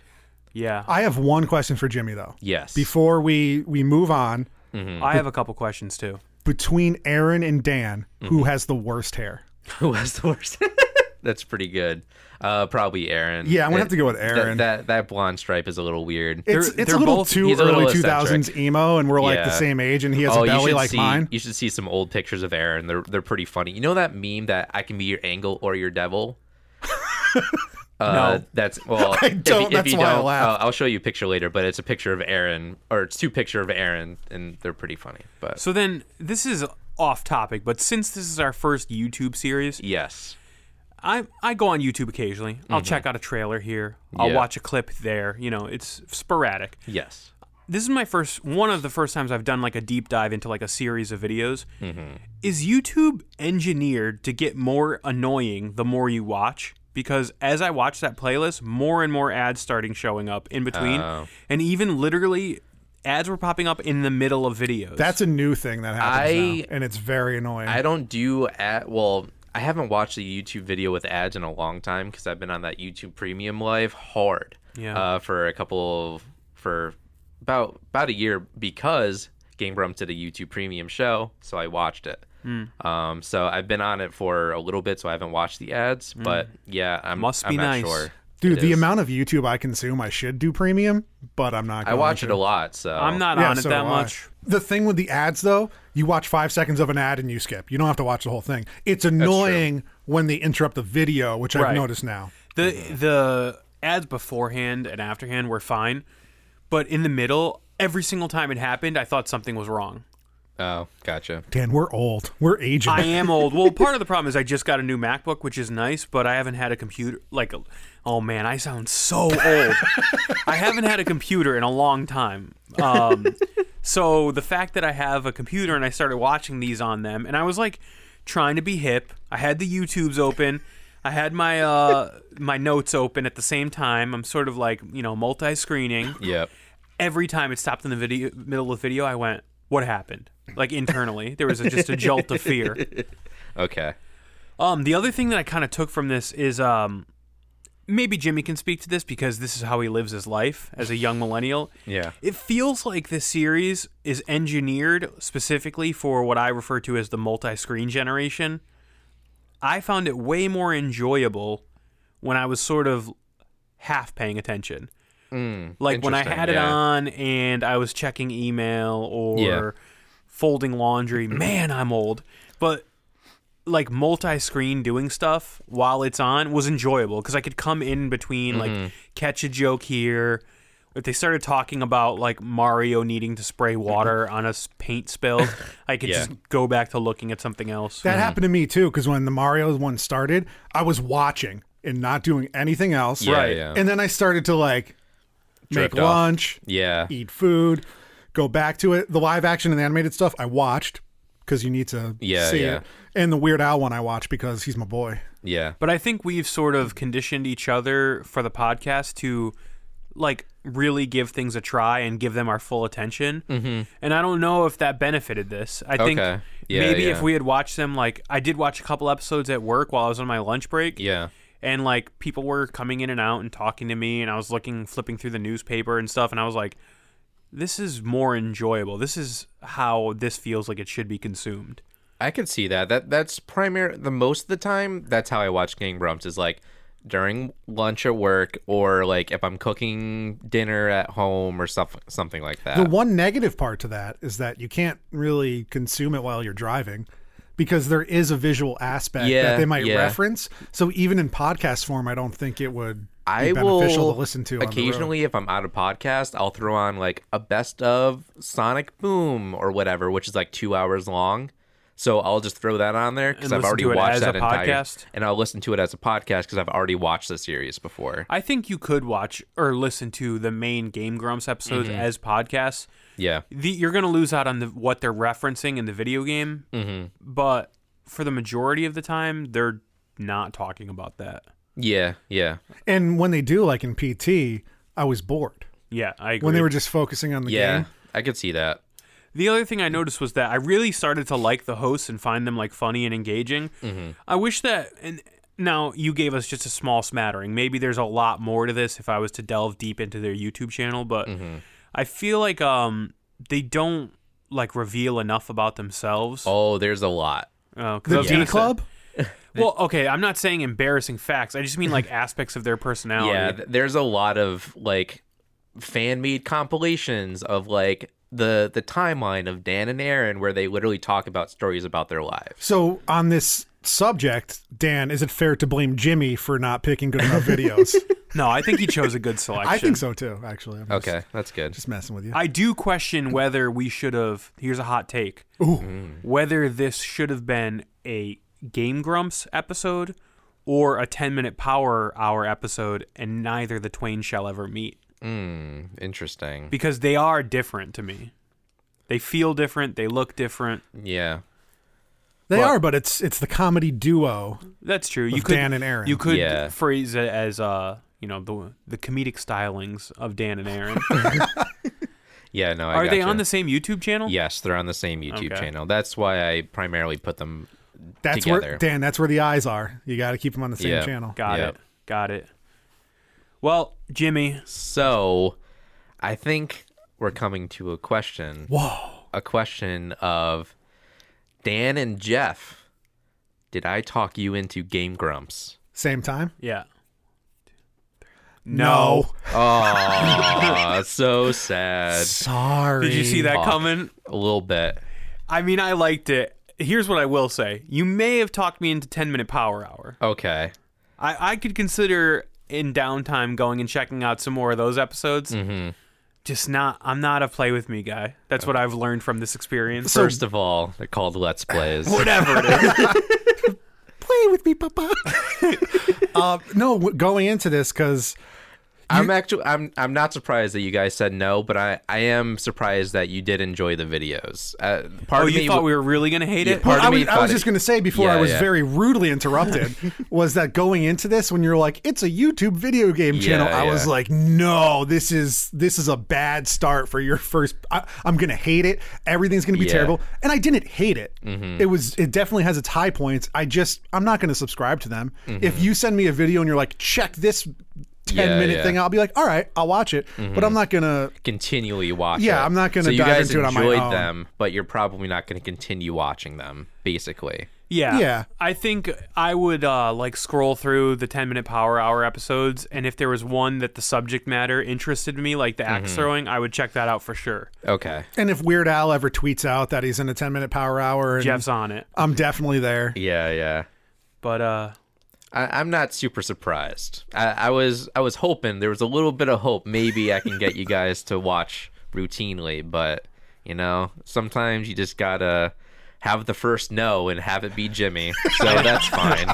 Speaker 3: Yeah,
Speaker 2: I have one question for Jimmy though.
Speaker 4: Yes.
Speaker 2: Before we we move on,
Speaker 4: Hmm.
Speaker 3: I have a couple questions too.
Speaker 2: between Aaron and Dan,
Speaker 4: Mm-hmm.
Speaker 2: who has the worst hair?
Speaker 4: Who has the worst? That's pretty good. Uh, probably Aaron.
Speaker 2: Yeah, I'm gonna
Speaker 4: It-
Speaker 2: have to go with
Speaker 4: that-
Speaker 2: Aaron.
Speaker 4: That, that blonde stripe is a little weird.
Speaker 2: It's
Speaker 3: They're-
Speaker 2: it's
Speaker 3: they're
Speaker 2: a little
Speaker 3: both-
Speaker 2: too
Speaker 4: he's a little
Speaker 2: early 2000s emo, and we're like the
Speaker 4: Yeah.
Speaker 2: same age, and he has
Speaker 4: oh,
Speaker 2: a
Speaker 4: you
Speaker 2: belly
Speaker 4: should
Speaker 2: like
Speaker 4: see,
Speaker 2: mine.
Speaker 4: You should see some old pictures of Aaron. They're they're pretty funny. You know that meme that I can be your angel or your devil. Uh,
Speaker 3: No.
Speaker 4: that's well.
Speaker 2: I
Speaker 4: if you-
Speaker 2: don't,
Speaker 4: If,
Speaker 2: that's
Speaker 4: you
Speaker 2: why I
Speaker 4: don't,
Speaker 2: laughed.
Speaker 4: uh, I'll show you a picture later, but it's a picture of Aaron, or it's two picture of Aaron, and they're pretty funny. But
Speaker 3: So then, this is off topic, but since this is our first YouTube series,
Speaker 4: yes,
Speaker 3: I I go on YouTube occasionally. I'll check out a trailer here. I'll
Speaker 4: Yeah.
Speaker 3: watch a clip there. You know, it's sporadic.
Speaker 4: yes,
Speaker 3: This is my first one of the first times I've done like a deep dive into like a series of videos. Is YouTube engineered to get more annoying the more you watch? Because as I watch that playlist, more and more ads starting showing up in between, and even literally ads were popping up in the middle of videos.
Speaker 2: That's a new thing that happens
Speaker 4: I-
Speaker 2: now, and it's very annoying.
Speaker 4: I don't do at well. I haven't watched a YouTube video with ads in a long time because I've been on that YouTube Premium life hard.
Speaker 3: Yeah.
Speaker 4: Uh, for a couple of for about about a year because Game Grumps did a YouTube Premium show, so I watched it.
Speaker 3: Hmm.
Speaker 4: Um, so I've been on it for a little bit, so I haven't watched the ads. But yeah, I'm
Speaker 3: Hmm. Must
Speaker 4: I'm
Speaker 3: be
Speaker 4: not
Speaker 3: nice.
Speaker 4: sure.
Speaker 2: Dude,
Speaker 4: It
Speaker 2: the
Speaker 4: is.
Speaker 2: amount of YouTube I consume, I should do premium, but I'm not.
Speaker 4: I
Speaker 2: going
Speaker 4: watch
Speaker 2: to.
Speaker 4: it a lot, so
Speaker 3: I'm not
Speaker 2: Yeah,
Speaker 3: on it
Speaker 2: so
Speaker 3: that
Speaker 2: do I.
Speaker 3: much.
Speaker 2: The thing with the ads, though, you watch five seconds of an ad and you skip. You don't have to watch the whole thing. It's annoying when they interrupt the video, which
Speaker 3: Right.
Speaker 2: I've noticed now.
Speaker 3: The the ads beforehand and afterhand were fine, but in the middle, every single time it happened, I thought something was wrong.
Speaker 4: Oh, gotcha.
Speaker 2: Dan, we're old. We're aging.
Speaker 3: I am old. Well, part of the problem is I just got a new MacBook, which is nice, but I haven't had a computer. Like, oh man, I sound so old. I haven't had a computer in a long time. Um, so the fact that I have a computer and I started watching these on them, and I was like trying to be hip. I had the YouTubes open. I had my uh, my notes open at the same time. I'm sort of like you know multi-screening
Speaker 4: Yep.
Speaker 3: every time it stopped in the video middle of the video, I went, "What happened?" Like internally, there was a, just a jolt of fear.
Speaker 4: Okay.
Speaker 3: Um, the other thing that I kind of took from this is um, maybe Jimmy can speak to this because this is how he lives his life as a young millennial.
Speaker 4: Yeah.
Speaker 3: It feels like this series is engineered specifically for what I refer to as the multi-screen generation. I found it way more enjoyable when I was sort of half paying attention. like when I
Speaker 4: Hmm, interesting,
Speaker 3: had it
Speaker 4: yeah.
Speaker 3: on and I was checking email or
Speaker 4: Yeah.
Speaker 3: folding laundry. Man, I'm old. But like multi-screen doing stuff while it's on was enjoyable because I could come in between
Speaker 4: Mm-hmm.
Speaker 3: like catch a joke here. If they started talking about like Mario needing to spray water on a s- paint spill, I could
Speaker 4: Mm-hmm. Yeah.
Speaker 3: just go back to looking at something else.
Speaker 2: that happened to me, too, because when the Mario one started, I was watching. and not doing anything else.
Speaker 4: Yeah, Right. yeah.
Speaker 2: And then I started to like
Speaker 4: Drift
Speaker 2: make
Speaker 4: off.
Speaker 2: lunch,
Speaker 4: Yeah.
Speaker 3: E-
Speaker 2: eat food, go back to it. The live action and the animated stuff I watched because you need to
Speaker 4: Yeah,
Speaker 2: see
Speaker 4: yeah.
Speaker 2: it. And the Weird Al one I watched because he's my boy.
Speaker 4: Yeah.
Speaker 3: But I think we've sort of conditioned each other for the podcast to like really give things a try and give them our full attention. Mm-hmm. And I don't know if that benefited this. I think
Speaker 4: Okay. Yeah,
Speaker 3: maybe
Speaker 4: yeah.
Speaker 3: if we had watched them, like I did watch a couple episodes at work while I was on my lunch break.
Speaker 4: Yeah.
Speaker 3: And like people were coming in and out and talking to me, and I was looking, flipping through the newspaper and stuff, and I was like, this is more enjoyable. This is how this feels like it should be consumed.
Speaker 4: I could see that. That that's primary. The most of the time, that's how I watch Gang Grumps is like during lunch at work, or like if I'm cooking dinner at home, or stuff, something like that.
Speaker 2: The one negative part to that is that you can't really consume it while you're driving because there is a visual aspect
Speaker 4: Yeah,
Speaker 2: that they might
Speaker 4: yeah.
Speaker 2: reference. So even in podcast form, I don't think it would be
Speaker 4: I
Speaker 2: beneficial
Speaker 4: will
Speaker 2: to listen to. on the road.
Speaker 4: occasionally if I'm out of podcast, I'll throw on like a best of Sonic Boom or whatever, which is like two hours long. So I'll just throw that on there because
Speaker 3: And
Speaker 4: I've
Speaker 3: listen
Speaker 4: already
Speaker 3: to it
Speaker 4: watched
Speaker 3: as
Speaker 4: that
Speaker 3: a
Speaker 4: entire,
Speaker 3: podcast?
Speaker 4: and I'll listen to it as a podcast because I've already watched the series before.
Speaker 3: I think you could watch or listen to the main Game Grumps episodes as podcasts.
Speaker 4: Yeah,
Speaker 3: The, you're going to lose out on the, what they're referencing in the video game, but for the majority of the time, they're not talking about that.
Speaker 4: yeah, yeah,
Speaker 2: And when they do, like in PT, I was bored
Speaker 3: Yeah, I agree.
Speaker 2: when they were just focusing on the
Speaker 4: yeah.
Speaker 2: game.
Speaker 4: I could see that.
Speaker 3: the other thing I noticed was that I really started to like the hosts and find them like funny and engaging.
Speaker 4: Mm-hmm.
Speaker 3: I wish that and now you gave us just a small smattering. Maybe there's a lot more to this if I was to delve deep into their YouTube channel, but
Speaker 4: Mm-hmm.
Speaker 3: I feel like um they don't like reveal enough about themselves.
Speaker 4: Oh, there's a lot.
Speaker 3: Uh, 'cause I
Speaker 2: The
Speaker 3: was
Speaker 2: D
Speaker 3: gonna say-
Speaker 2: Club.
Speaker 3: Well, okay, I'm not saying embarrassing facts. I just mean like aspects of their personality.
Speaker 4: Yeah, th- there's a lot of like fan made compilations of like the the timeline of Dan and Aaron where they literally talk about stories about their lives.
Speaker 2: So on this subject, Dan, is it fair to blame Jimmy for not picking good enough videos?
Speaker 3: No, I think he chose a good selection.
Speaker 2: I think so too. Actually, I'm just,
Speaker 4: Okay, that's good.
Speaker 2: just messing with you.
Speaker 3: I do question whether we should have. Here's a hot take.
Speaker 4: Mm.
Speaker 3: Whether this should have been a Game Grumps episode or a 10 minute power hour episode, and neither the twain shall ever meet
Speaker 4: Interesting.
Speaker 3: because they are different to me. They feel different. They look different.
Speaker 4: Yeah.
Speaker 2: they are, but it's it's the comedy duo.
Speaker 3: That's true. You
Speaker 2: Of
Speaker 3: could
Speaker 2: Dan and Aaron.
Speaker 3: You could
Speaker 4: Yeah.
Speaker 3: phrase it as uh, you know, the the comedic stylings of Dan and Aaron.
Speaker 4: Yeah, no, I
Speaker 3: are they
Speaker 4: gotcha.
Speaker 3: on the same YouTube channel?
Speaker 4: Yes, they're on the same YouTube
Speaker 3: Okay.
Speaker 4: channel. That's why I primarily put them
Speaker 2: That's
Speaker 4: Together.
Speaker 2: where Dan. That's where the eyes are. You got to keep them on the same
Speaker 4: Yeah.
Speaker 2: channel.
Speaker 3: Got
Speaker 4: Yep.
Speaker 3: it. Got it. Well, Jimmy,
Speaker 4: So, I think we're coming to a question. Whoa. A question of Dan and Jeff. Did I talk you into Game Grumps?
Speaker 2: Same time.
Speaker 3: Yeah.
Speaker 4: Aw, Uh, so sad.
Speaker 2: Sorry.
Speaker 3: Did you see that coming?
Speaker 4: A little bit.
Speaker 3: I mean, I liked it. Here's what I will say. You may have talked me into 10 minute power hour.
Speaker 4: Okay.
Speaker 3: I, I could consider in downtime going and checking out some more of those episodes. Mm-hmm. Just not, I'm not a play with me guy. That's what I've learned from this experience.
Speaker 4: First of all, they're called Let's Plays.
Speaker 3: whatever it is.
Speaker 2: Play with me, Papa. uh, no, w- going into this because
Speaker 4: I'm actually I'm I'm not surprised that you guys said no, but I I am surprised that you did enjoy the videos. Uh, part
Speaker 3: Oh,
Speaker 4: of
Speaker 3: you
Speaker 4: me
Speaker 3: thought we were really going to hate it?
Speaker 4: Yeah. Part of
Speaker 2: I
Speaker 4: me
Speaker 2: was, I
Speaker 4: thought
Speaker 2: was
Speaker 4: it-
Speaker 2: just going to say before I
Speaker 4: Yeah,
Speaker 2: was
Speaker 4: yeah.
Speaker 2: very rudely interrupted was that going into this when you're like it's a YouTube video game channel
Speaker 4: Yeah,
Speaker 2: I was
Speaker 4: yeah.
Speaker 2: like no this is this is a bad start for your first I, I'm going to hate it everything's going to be
Speaker 4: Yeah. Mm-hmm.
Speaker 2: terrible and I didn't hate it it was it definitely has its high points I just I'm not going to subscribe to them
Speaker 4: Mm-hmm.
Speaker 2: if you send me a video and you're like check this 10
Speaker 4: Yeah, Mm-hmm.
Speaker 2: minute
Speaker 4: yeah.
Speaker 2: thing I'll be like all right I'll watch it but I'm not going to
Speaker 4: continually watch.
Speaker 2: Yeah,
Speaker 4: it.
Speaker 2: I'm not gonna
Speaker 4: So you
Speaker 2: dive
Speaker 4: guys
Speaker 2: into it on my
Speaker 4: enjoyed
Speaker 2: own.
Speaker 4: them, but you're probably not going to continue watching them. Basically,
Speaker 3: Yeah.
Speaker 2: Yeah.
Speaker 3: I think I would uh, like scroll through the 10 minute power hour episodes. And if there was one that the subject matter interested me, like the axe throwing, I would check that out for sure.
Speaker 4: okay,
Speaker 2: and if Weird Al ever tweets out that he's in a 10 minute power hour and
Speaker 3: Jeff's on it.
Speaker 2: I'm definitely there
Speaker 4: yeah, yeah.
Speaker 3: But uh,
Speaker 4: I, I'm not super surprised. I, I was I was hoping there was a little bit of hope. Maybe I can get you guys to watch routinely, but you know, sometimes you just gotta have the first no and have it be Jimmy. So that's fine.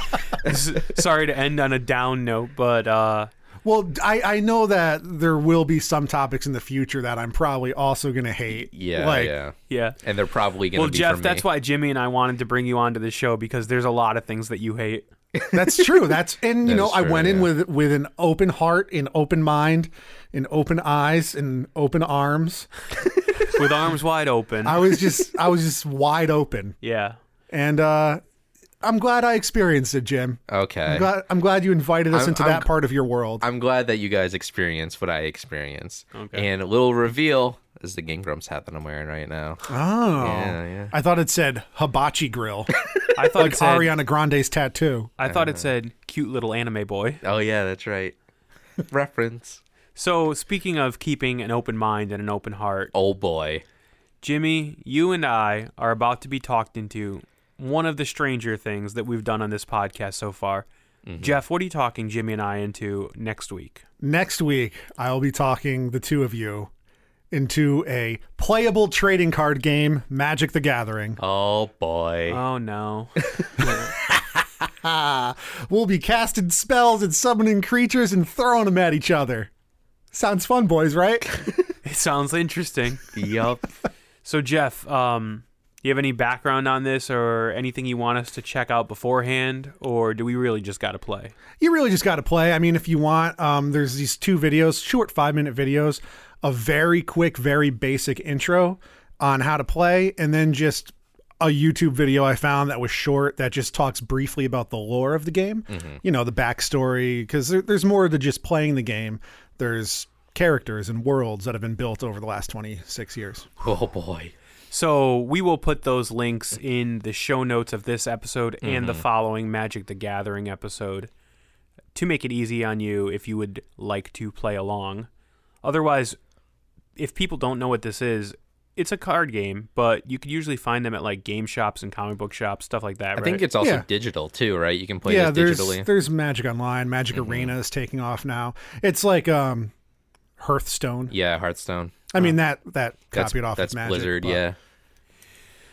Speaker 3: Sorry to end on a down note, but uh,
Speaker 2: Well, I, I know that there will be some topics in the future that I'm probably also going to hate.
Speaker 4: Yeah,
Speaker 2: Like,
Speaker 4: yeah.
Speaker 3: yeah.
Speaker 4: And they're probably going to
Speaker 3: Well,
Speaker 4: be
Speaker 3: Jeff,
Speaker 4: from
Speaker 3: that's
Speaker 4: me.
Speaker 3: why Jimmy and I wanted to bring you onto the show because there's a lot of things that you hate.
Speaker 2: That's true. That's and
Speaker 4: That
Speaker 2: you know
Speaker 4: is
Speaker 2: I
Speaker 4: true,
Speaker 2: went in
Speaker 4: yeah.
Speaker 2: with with an open heart, an open mind, an open eyes, and open arms.
Speaker 3: with arms wide open.
Speaker 2: I was just I was just wide open,
Speaker 3: yeah.
Speaker 2: and uh, I'm glad I experienced it, Jim.
Speaker 4: Okay.
Speaker 2: I'm glad, I'm glad you invited us
Speaker 4: I'm-
Speaker 2: into
Speaker 4: I'm-
Speaker 2: that part of your world.
Speaker 4: I'm glad that you guys experience what I experience. Okay. And a little reveal is the Game Grumps hat that I'm wearing right now.
Speaker 2: oh,
Speaker 4: Yeah, yeah.
Speaker 2: I thought it said hibachi grill,
Speaker 3: I thought
Speaker 2: like
Speaker 3: it said,
Speaker 2: Ariana Grande's tattoo.
Speaker 3: I thought it said cute little anime boy.
Speaker 4: Oh yeah, that's right. Reference.
Speaker 3: So speaking of keeping an open mind and an open heart,
Speaker 4: Oh boy.
Speaker 3: Jimmy, you and I are about to be talked into one of the stranger things that we've done on this podcast so far.
Speaker 4: Mm-hmm.
Speaker 3: Jeff, what are you talking Jimmy and I into next week?
Speaker 2: Next week, I'll be talking the two of you into a playable trading card game, Magic the Gathering.
Speaker 4: Oh boy.
Speaker 2: Uh,
Speaker 3: Oh no.
Speaker 2: We'll be casting spells and summoning creatures and throwing them at each other. Sounds fun, boys, right?
Speaker 3: it sounds interesting.
Speaker 4: yup.
Speaker 3: So Jeff, um do you have any background on this or anything you want us to check out beforehand or do we really just got to play?
Speaker 2: you really just got to play. I mean, if you want, um, there's these two videos, short five minute videos, a very quick, very basic intro on how to play, and then just a YouTube video I found that was short that just talks briefly about the lore of the game. You know, the backstory, because there, there's more than just playing the game. There's characters and worlds that have been built over the last 26 years.
Speaker 4: Oh boy.
Speaker 3: So we will put those links in the show notes of this episode and
Speaker 4: Mm-hmm.
Speaker 3: the following Magic the Gathering episode to make it easy on you if you would like to play along. Otherwise, if people don't know what this is, it's a card game, but you could usually find them at like game shops and comic book shops, stuff like that.
Speaker 4: I
Speaker 3: right?
Speaker 4: think it's also
Speaker 2: Yeah.
Speaker 4: digital too, right? You can play
Speaker 2: yeah,
Speaker 4: this
Speaker 2: there's
Speaker 4: digitally.
Speaker 2: there's Magic Online, Magic Arena is taking off now. It's like um, Hearthstone.
Speaker 4: yeah, Hearthstone.
Speaker 2: I mean that that
Speaker 4: Oh. That's,
Speaker 2: copied off
Speaker 4: that's
Speaker 2: of Magic.
Speaker 4: Blizzard,
Speaker 2: but-
Speaker 4: yeah.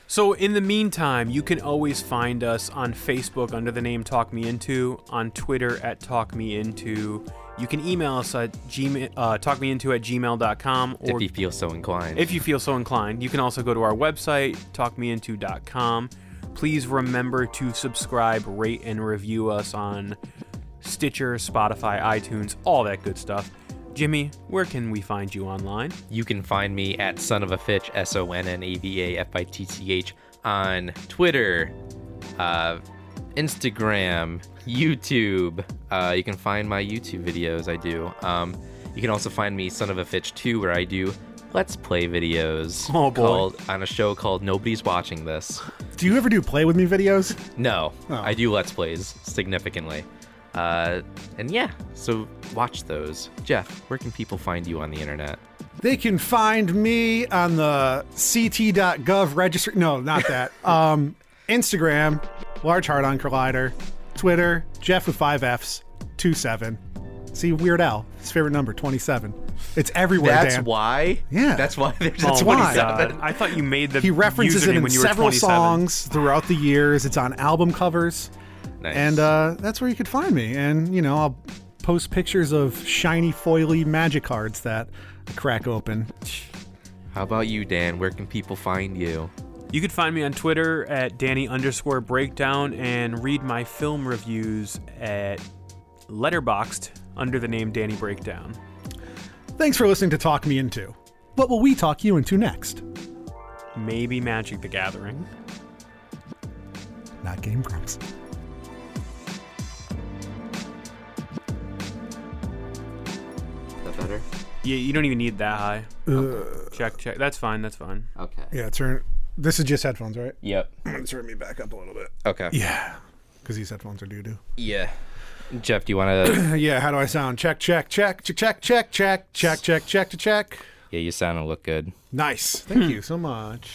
Speaker 3: So, in the meantime, you can always find us on Facebook under the name Talk Me Into, on Twitter at Talk Me Into. You can email us at gmail, uh, talkmeinto at gmail.com. Or
Speaker 4: If you feel so inclined.
Speaker 3: if you feel so inclined, you can also go to our website, talkmeinto.com. Please remember to subscribe, rate, and review us on Stitcher, Spotify, iTunes, all that good stuff. Jimmy, where can we find you online?
Speaker 4: You can find me at Son of a Fitch, S O N N A V A F I T C H, on Twitter, uh, Instagram, YouTube. Uh, you can find my YouTube videos I do. Um, you can also find me Son of a Fitch 2, where I do Let's Play videos
Speaker 3: Oh, boy.
Speaker 4: called, on a show called Nobody's Watching This.
Speaker 2: Do you ever do play with me videos?
Speaker 4: No,
Speaker 2: Oh.
Speaker 4: I do Let's Plays significantly. Uh, and yeah, so watch those. Jeff, where can people find you on the internet?
Speaker 2: They can find me on the ct.gov registry. No, not that. um, Instagram, large heart on collider, Twitter, Jeff with five F's, two seven. See Weird Al, his favorite number, twenty seven. It's everywhere.
Speaker 4: That's
Speaker 2: Dan.
Speaker 4: why.
Speaker 2: Yeah.
Speaker 4: That's why there's
Speaker 2: That's
Speaker 4: a
Speaker 3: Oh my
Speaker 4: 27.
Speaker 2: why.
Speaker 3: God, I thought you made the
Speaker 2: He references it
Speaker 3: username
Speaker 2: in
Speaker 3: when you were
Speaker 2: several
Speaker 3: 27.
Speaker 2: songs throughout the years. It's on album covers.
Speaker 4: Nice.
Speaker 2: And uh, that's where you could find me. And, you know, I'll post pictures of shiny, foily magic cards that I crack open.
Speaker 4: how about you, Dan? Where can people find you?
Speaker 3: You could find me on Twitter at Danny underscore breakdown and read my film reviews at Letterboxed under the name Danny Breakdown.
Speaker 2: Thanks for listening to Talk Me Into. What will we talk you into next?
Speaker 3: Maybe Magic the Gathering.
Speaker 2: Not Game Grumps.
Speaker 4: Is that better?
Speaker 3: You, you don't even need that high. Check, check. That's fine. That's fine.
Speaker 4: Okay.
Speaker 2: Yeah, turn. This is just headphones, right?
Speaker 4: Yep.
Speaker 2: Turn me back up a little bit.
Speaker 4: Okay.
Speaker 2: Yeah. Because these headphones are doo doo.
Speaker 4: Yeah. Jeff, do you want to?
Speaker 2: Uh, Yeah, how do I sound? Check, check, check, check, check, check, check, check, check, check, check.
Speaker 4: yeah, you sound and look good.
Speaker 2: Nice. Thank you so much.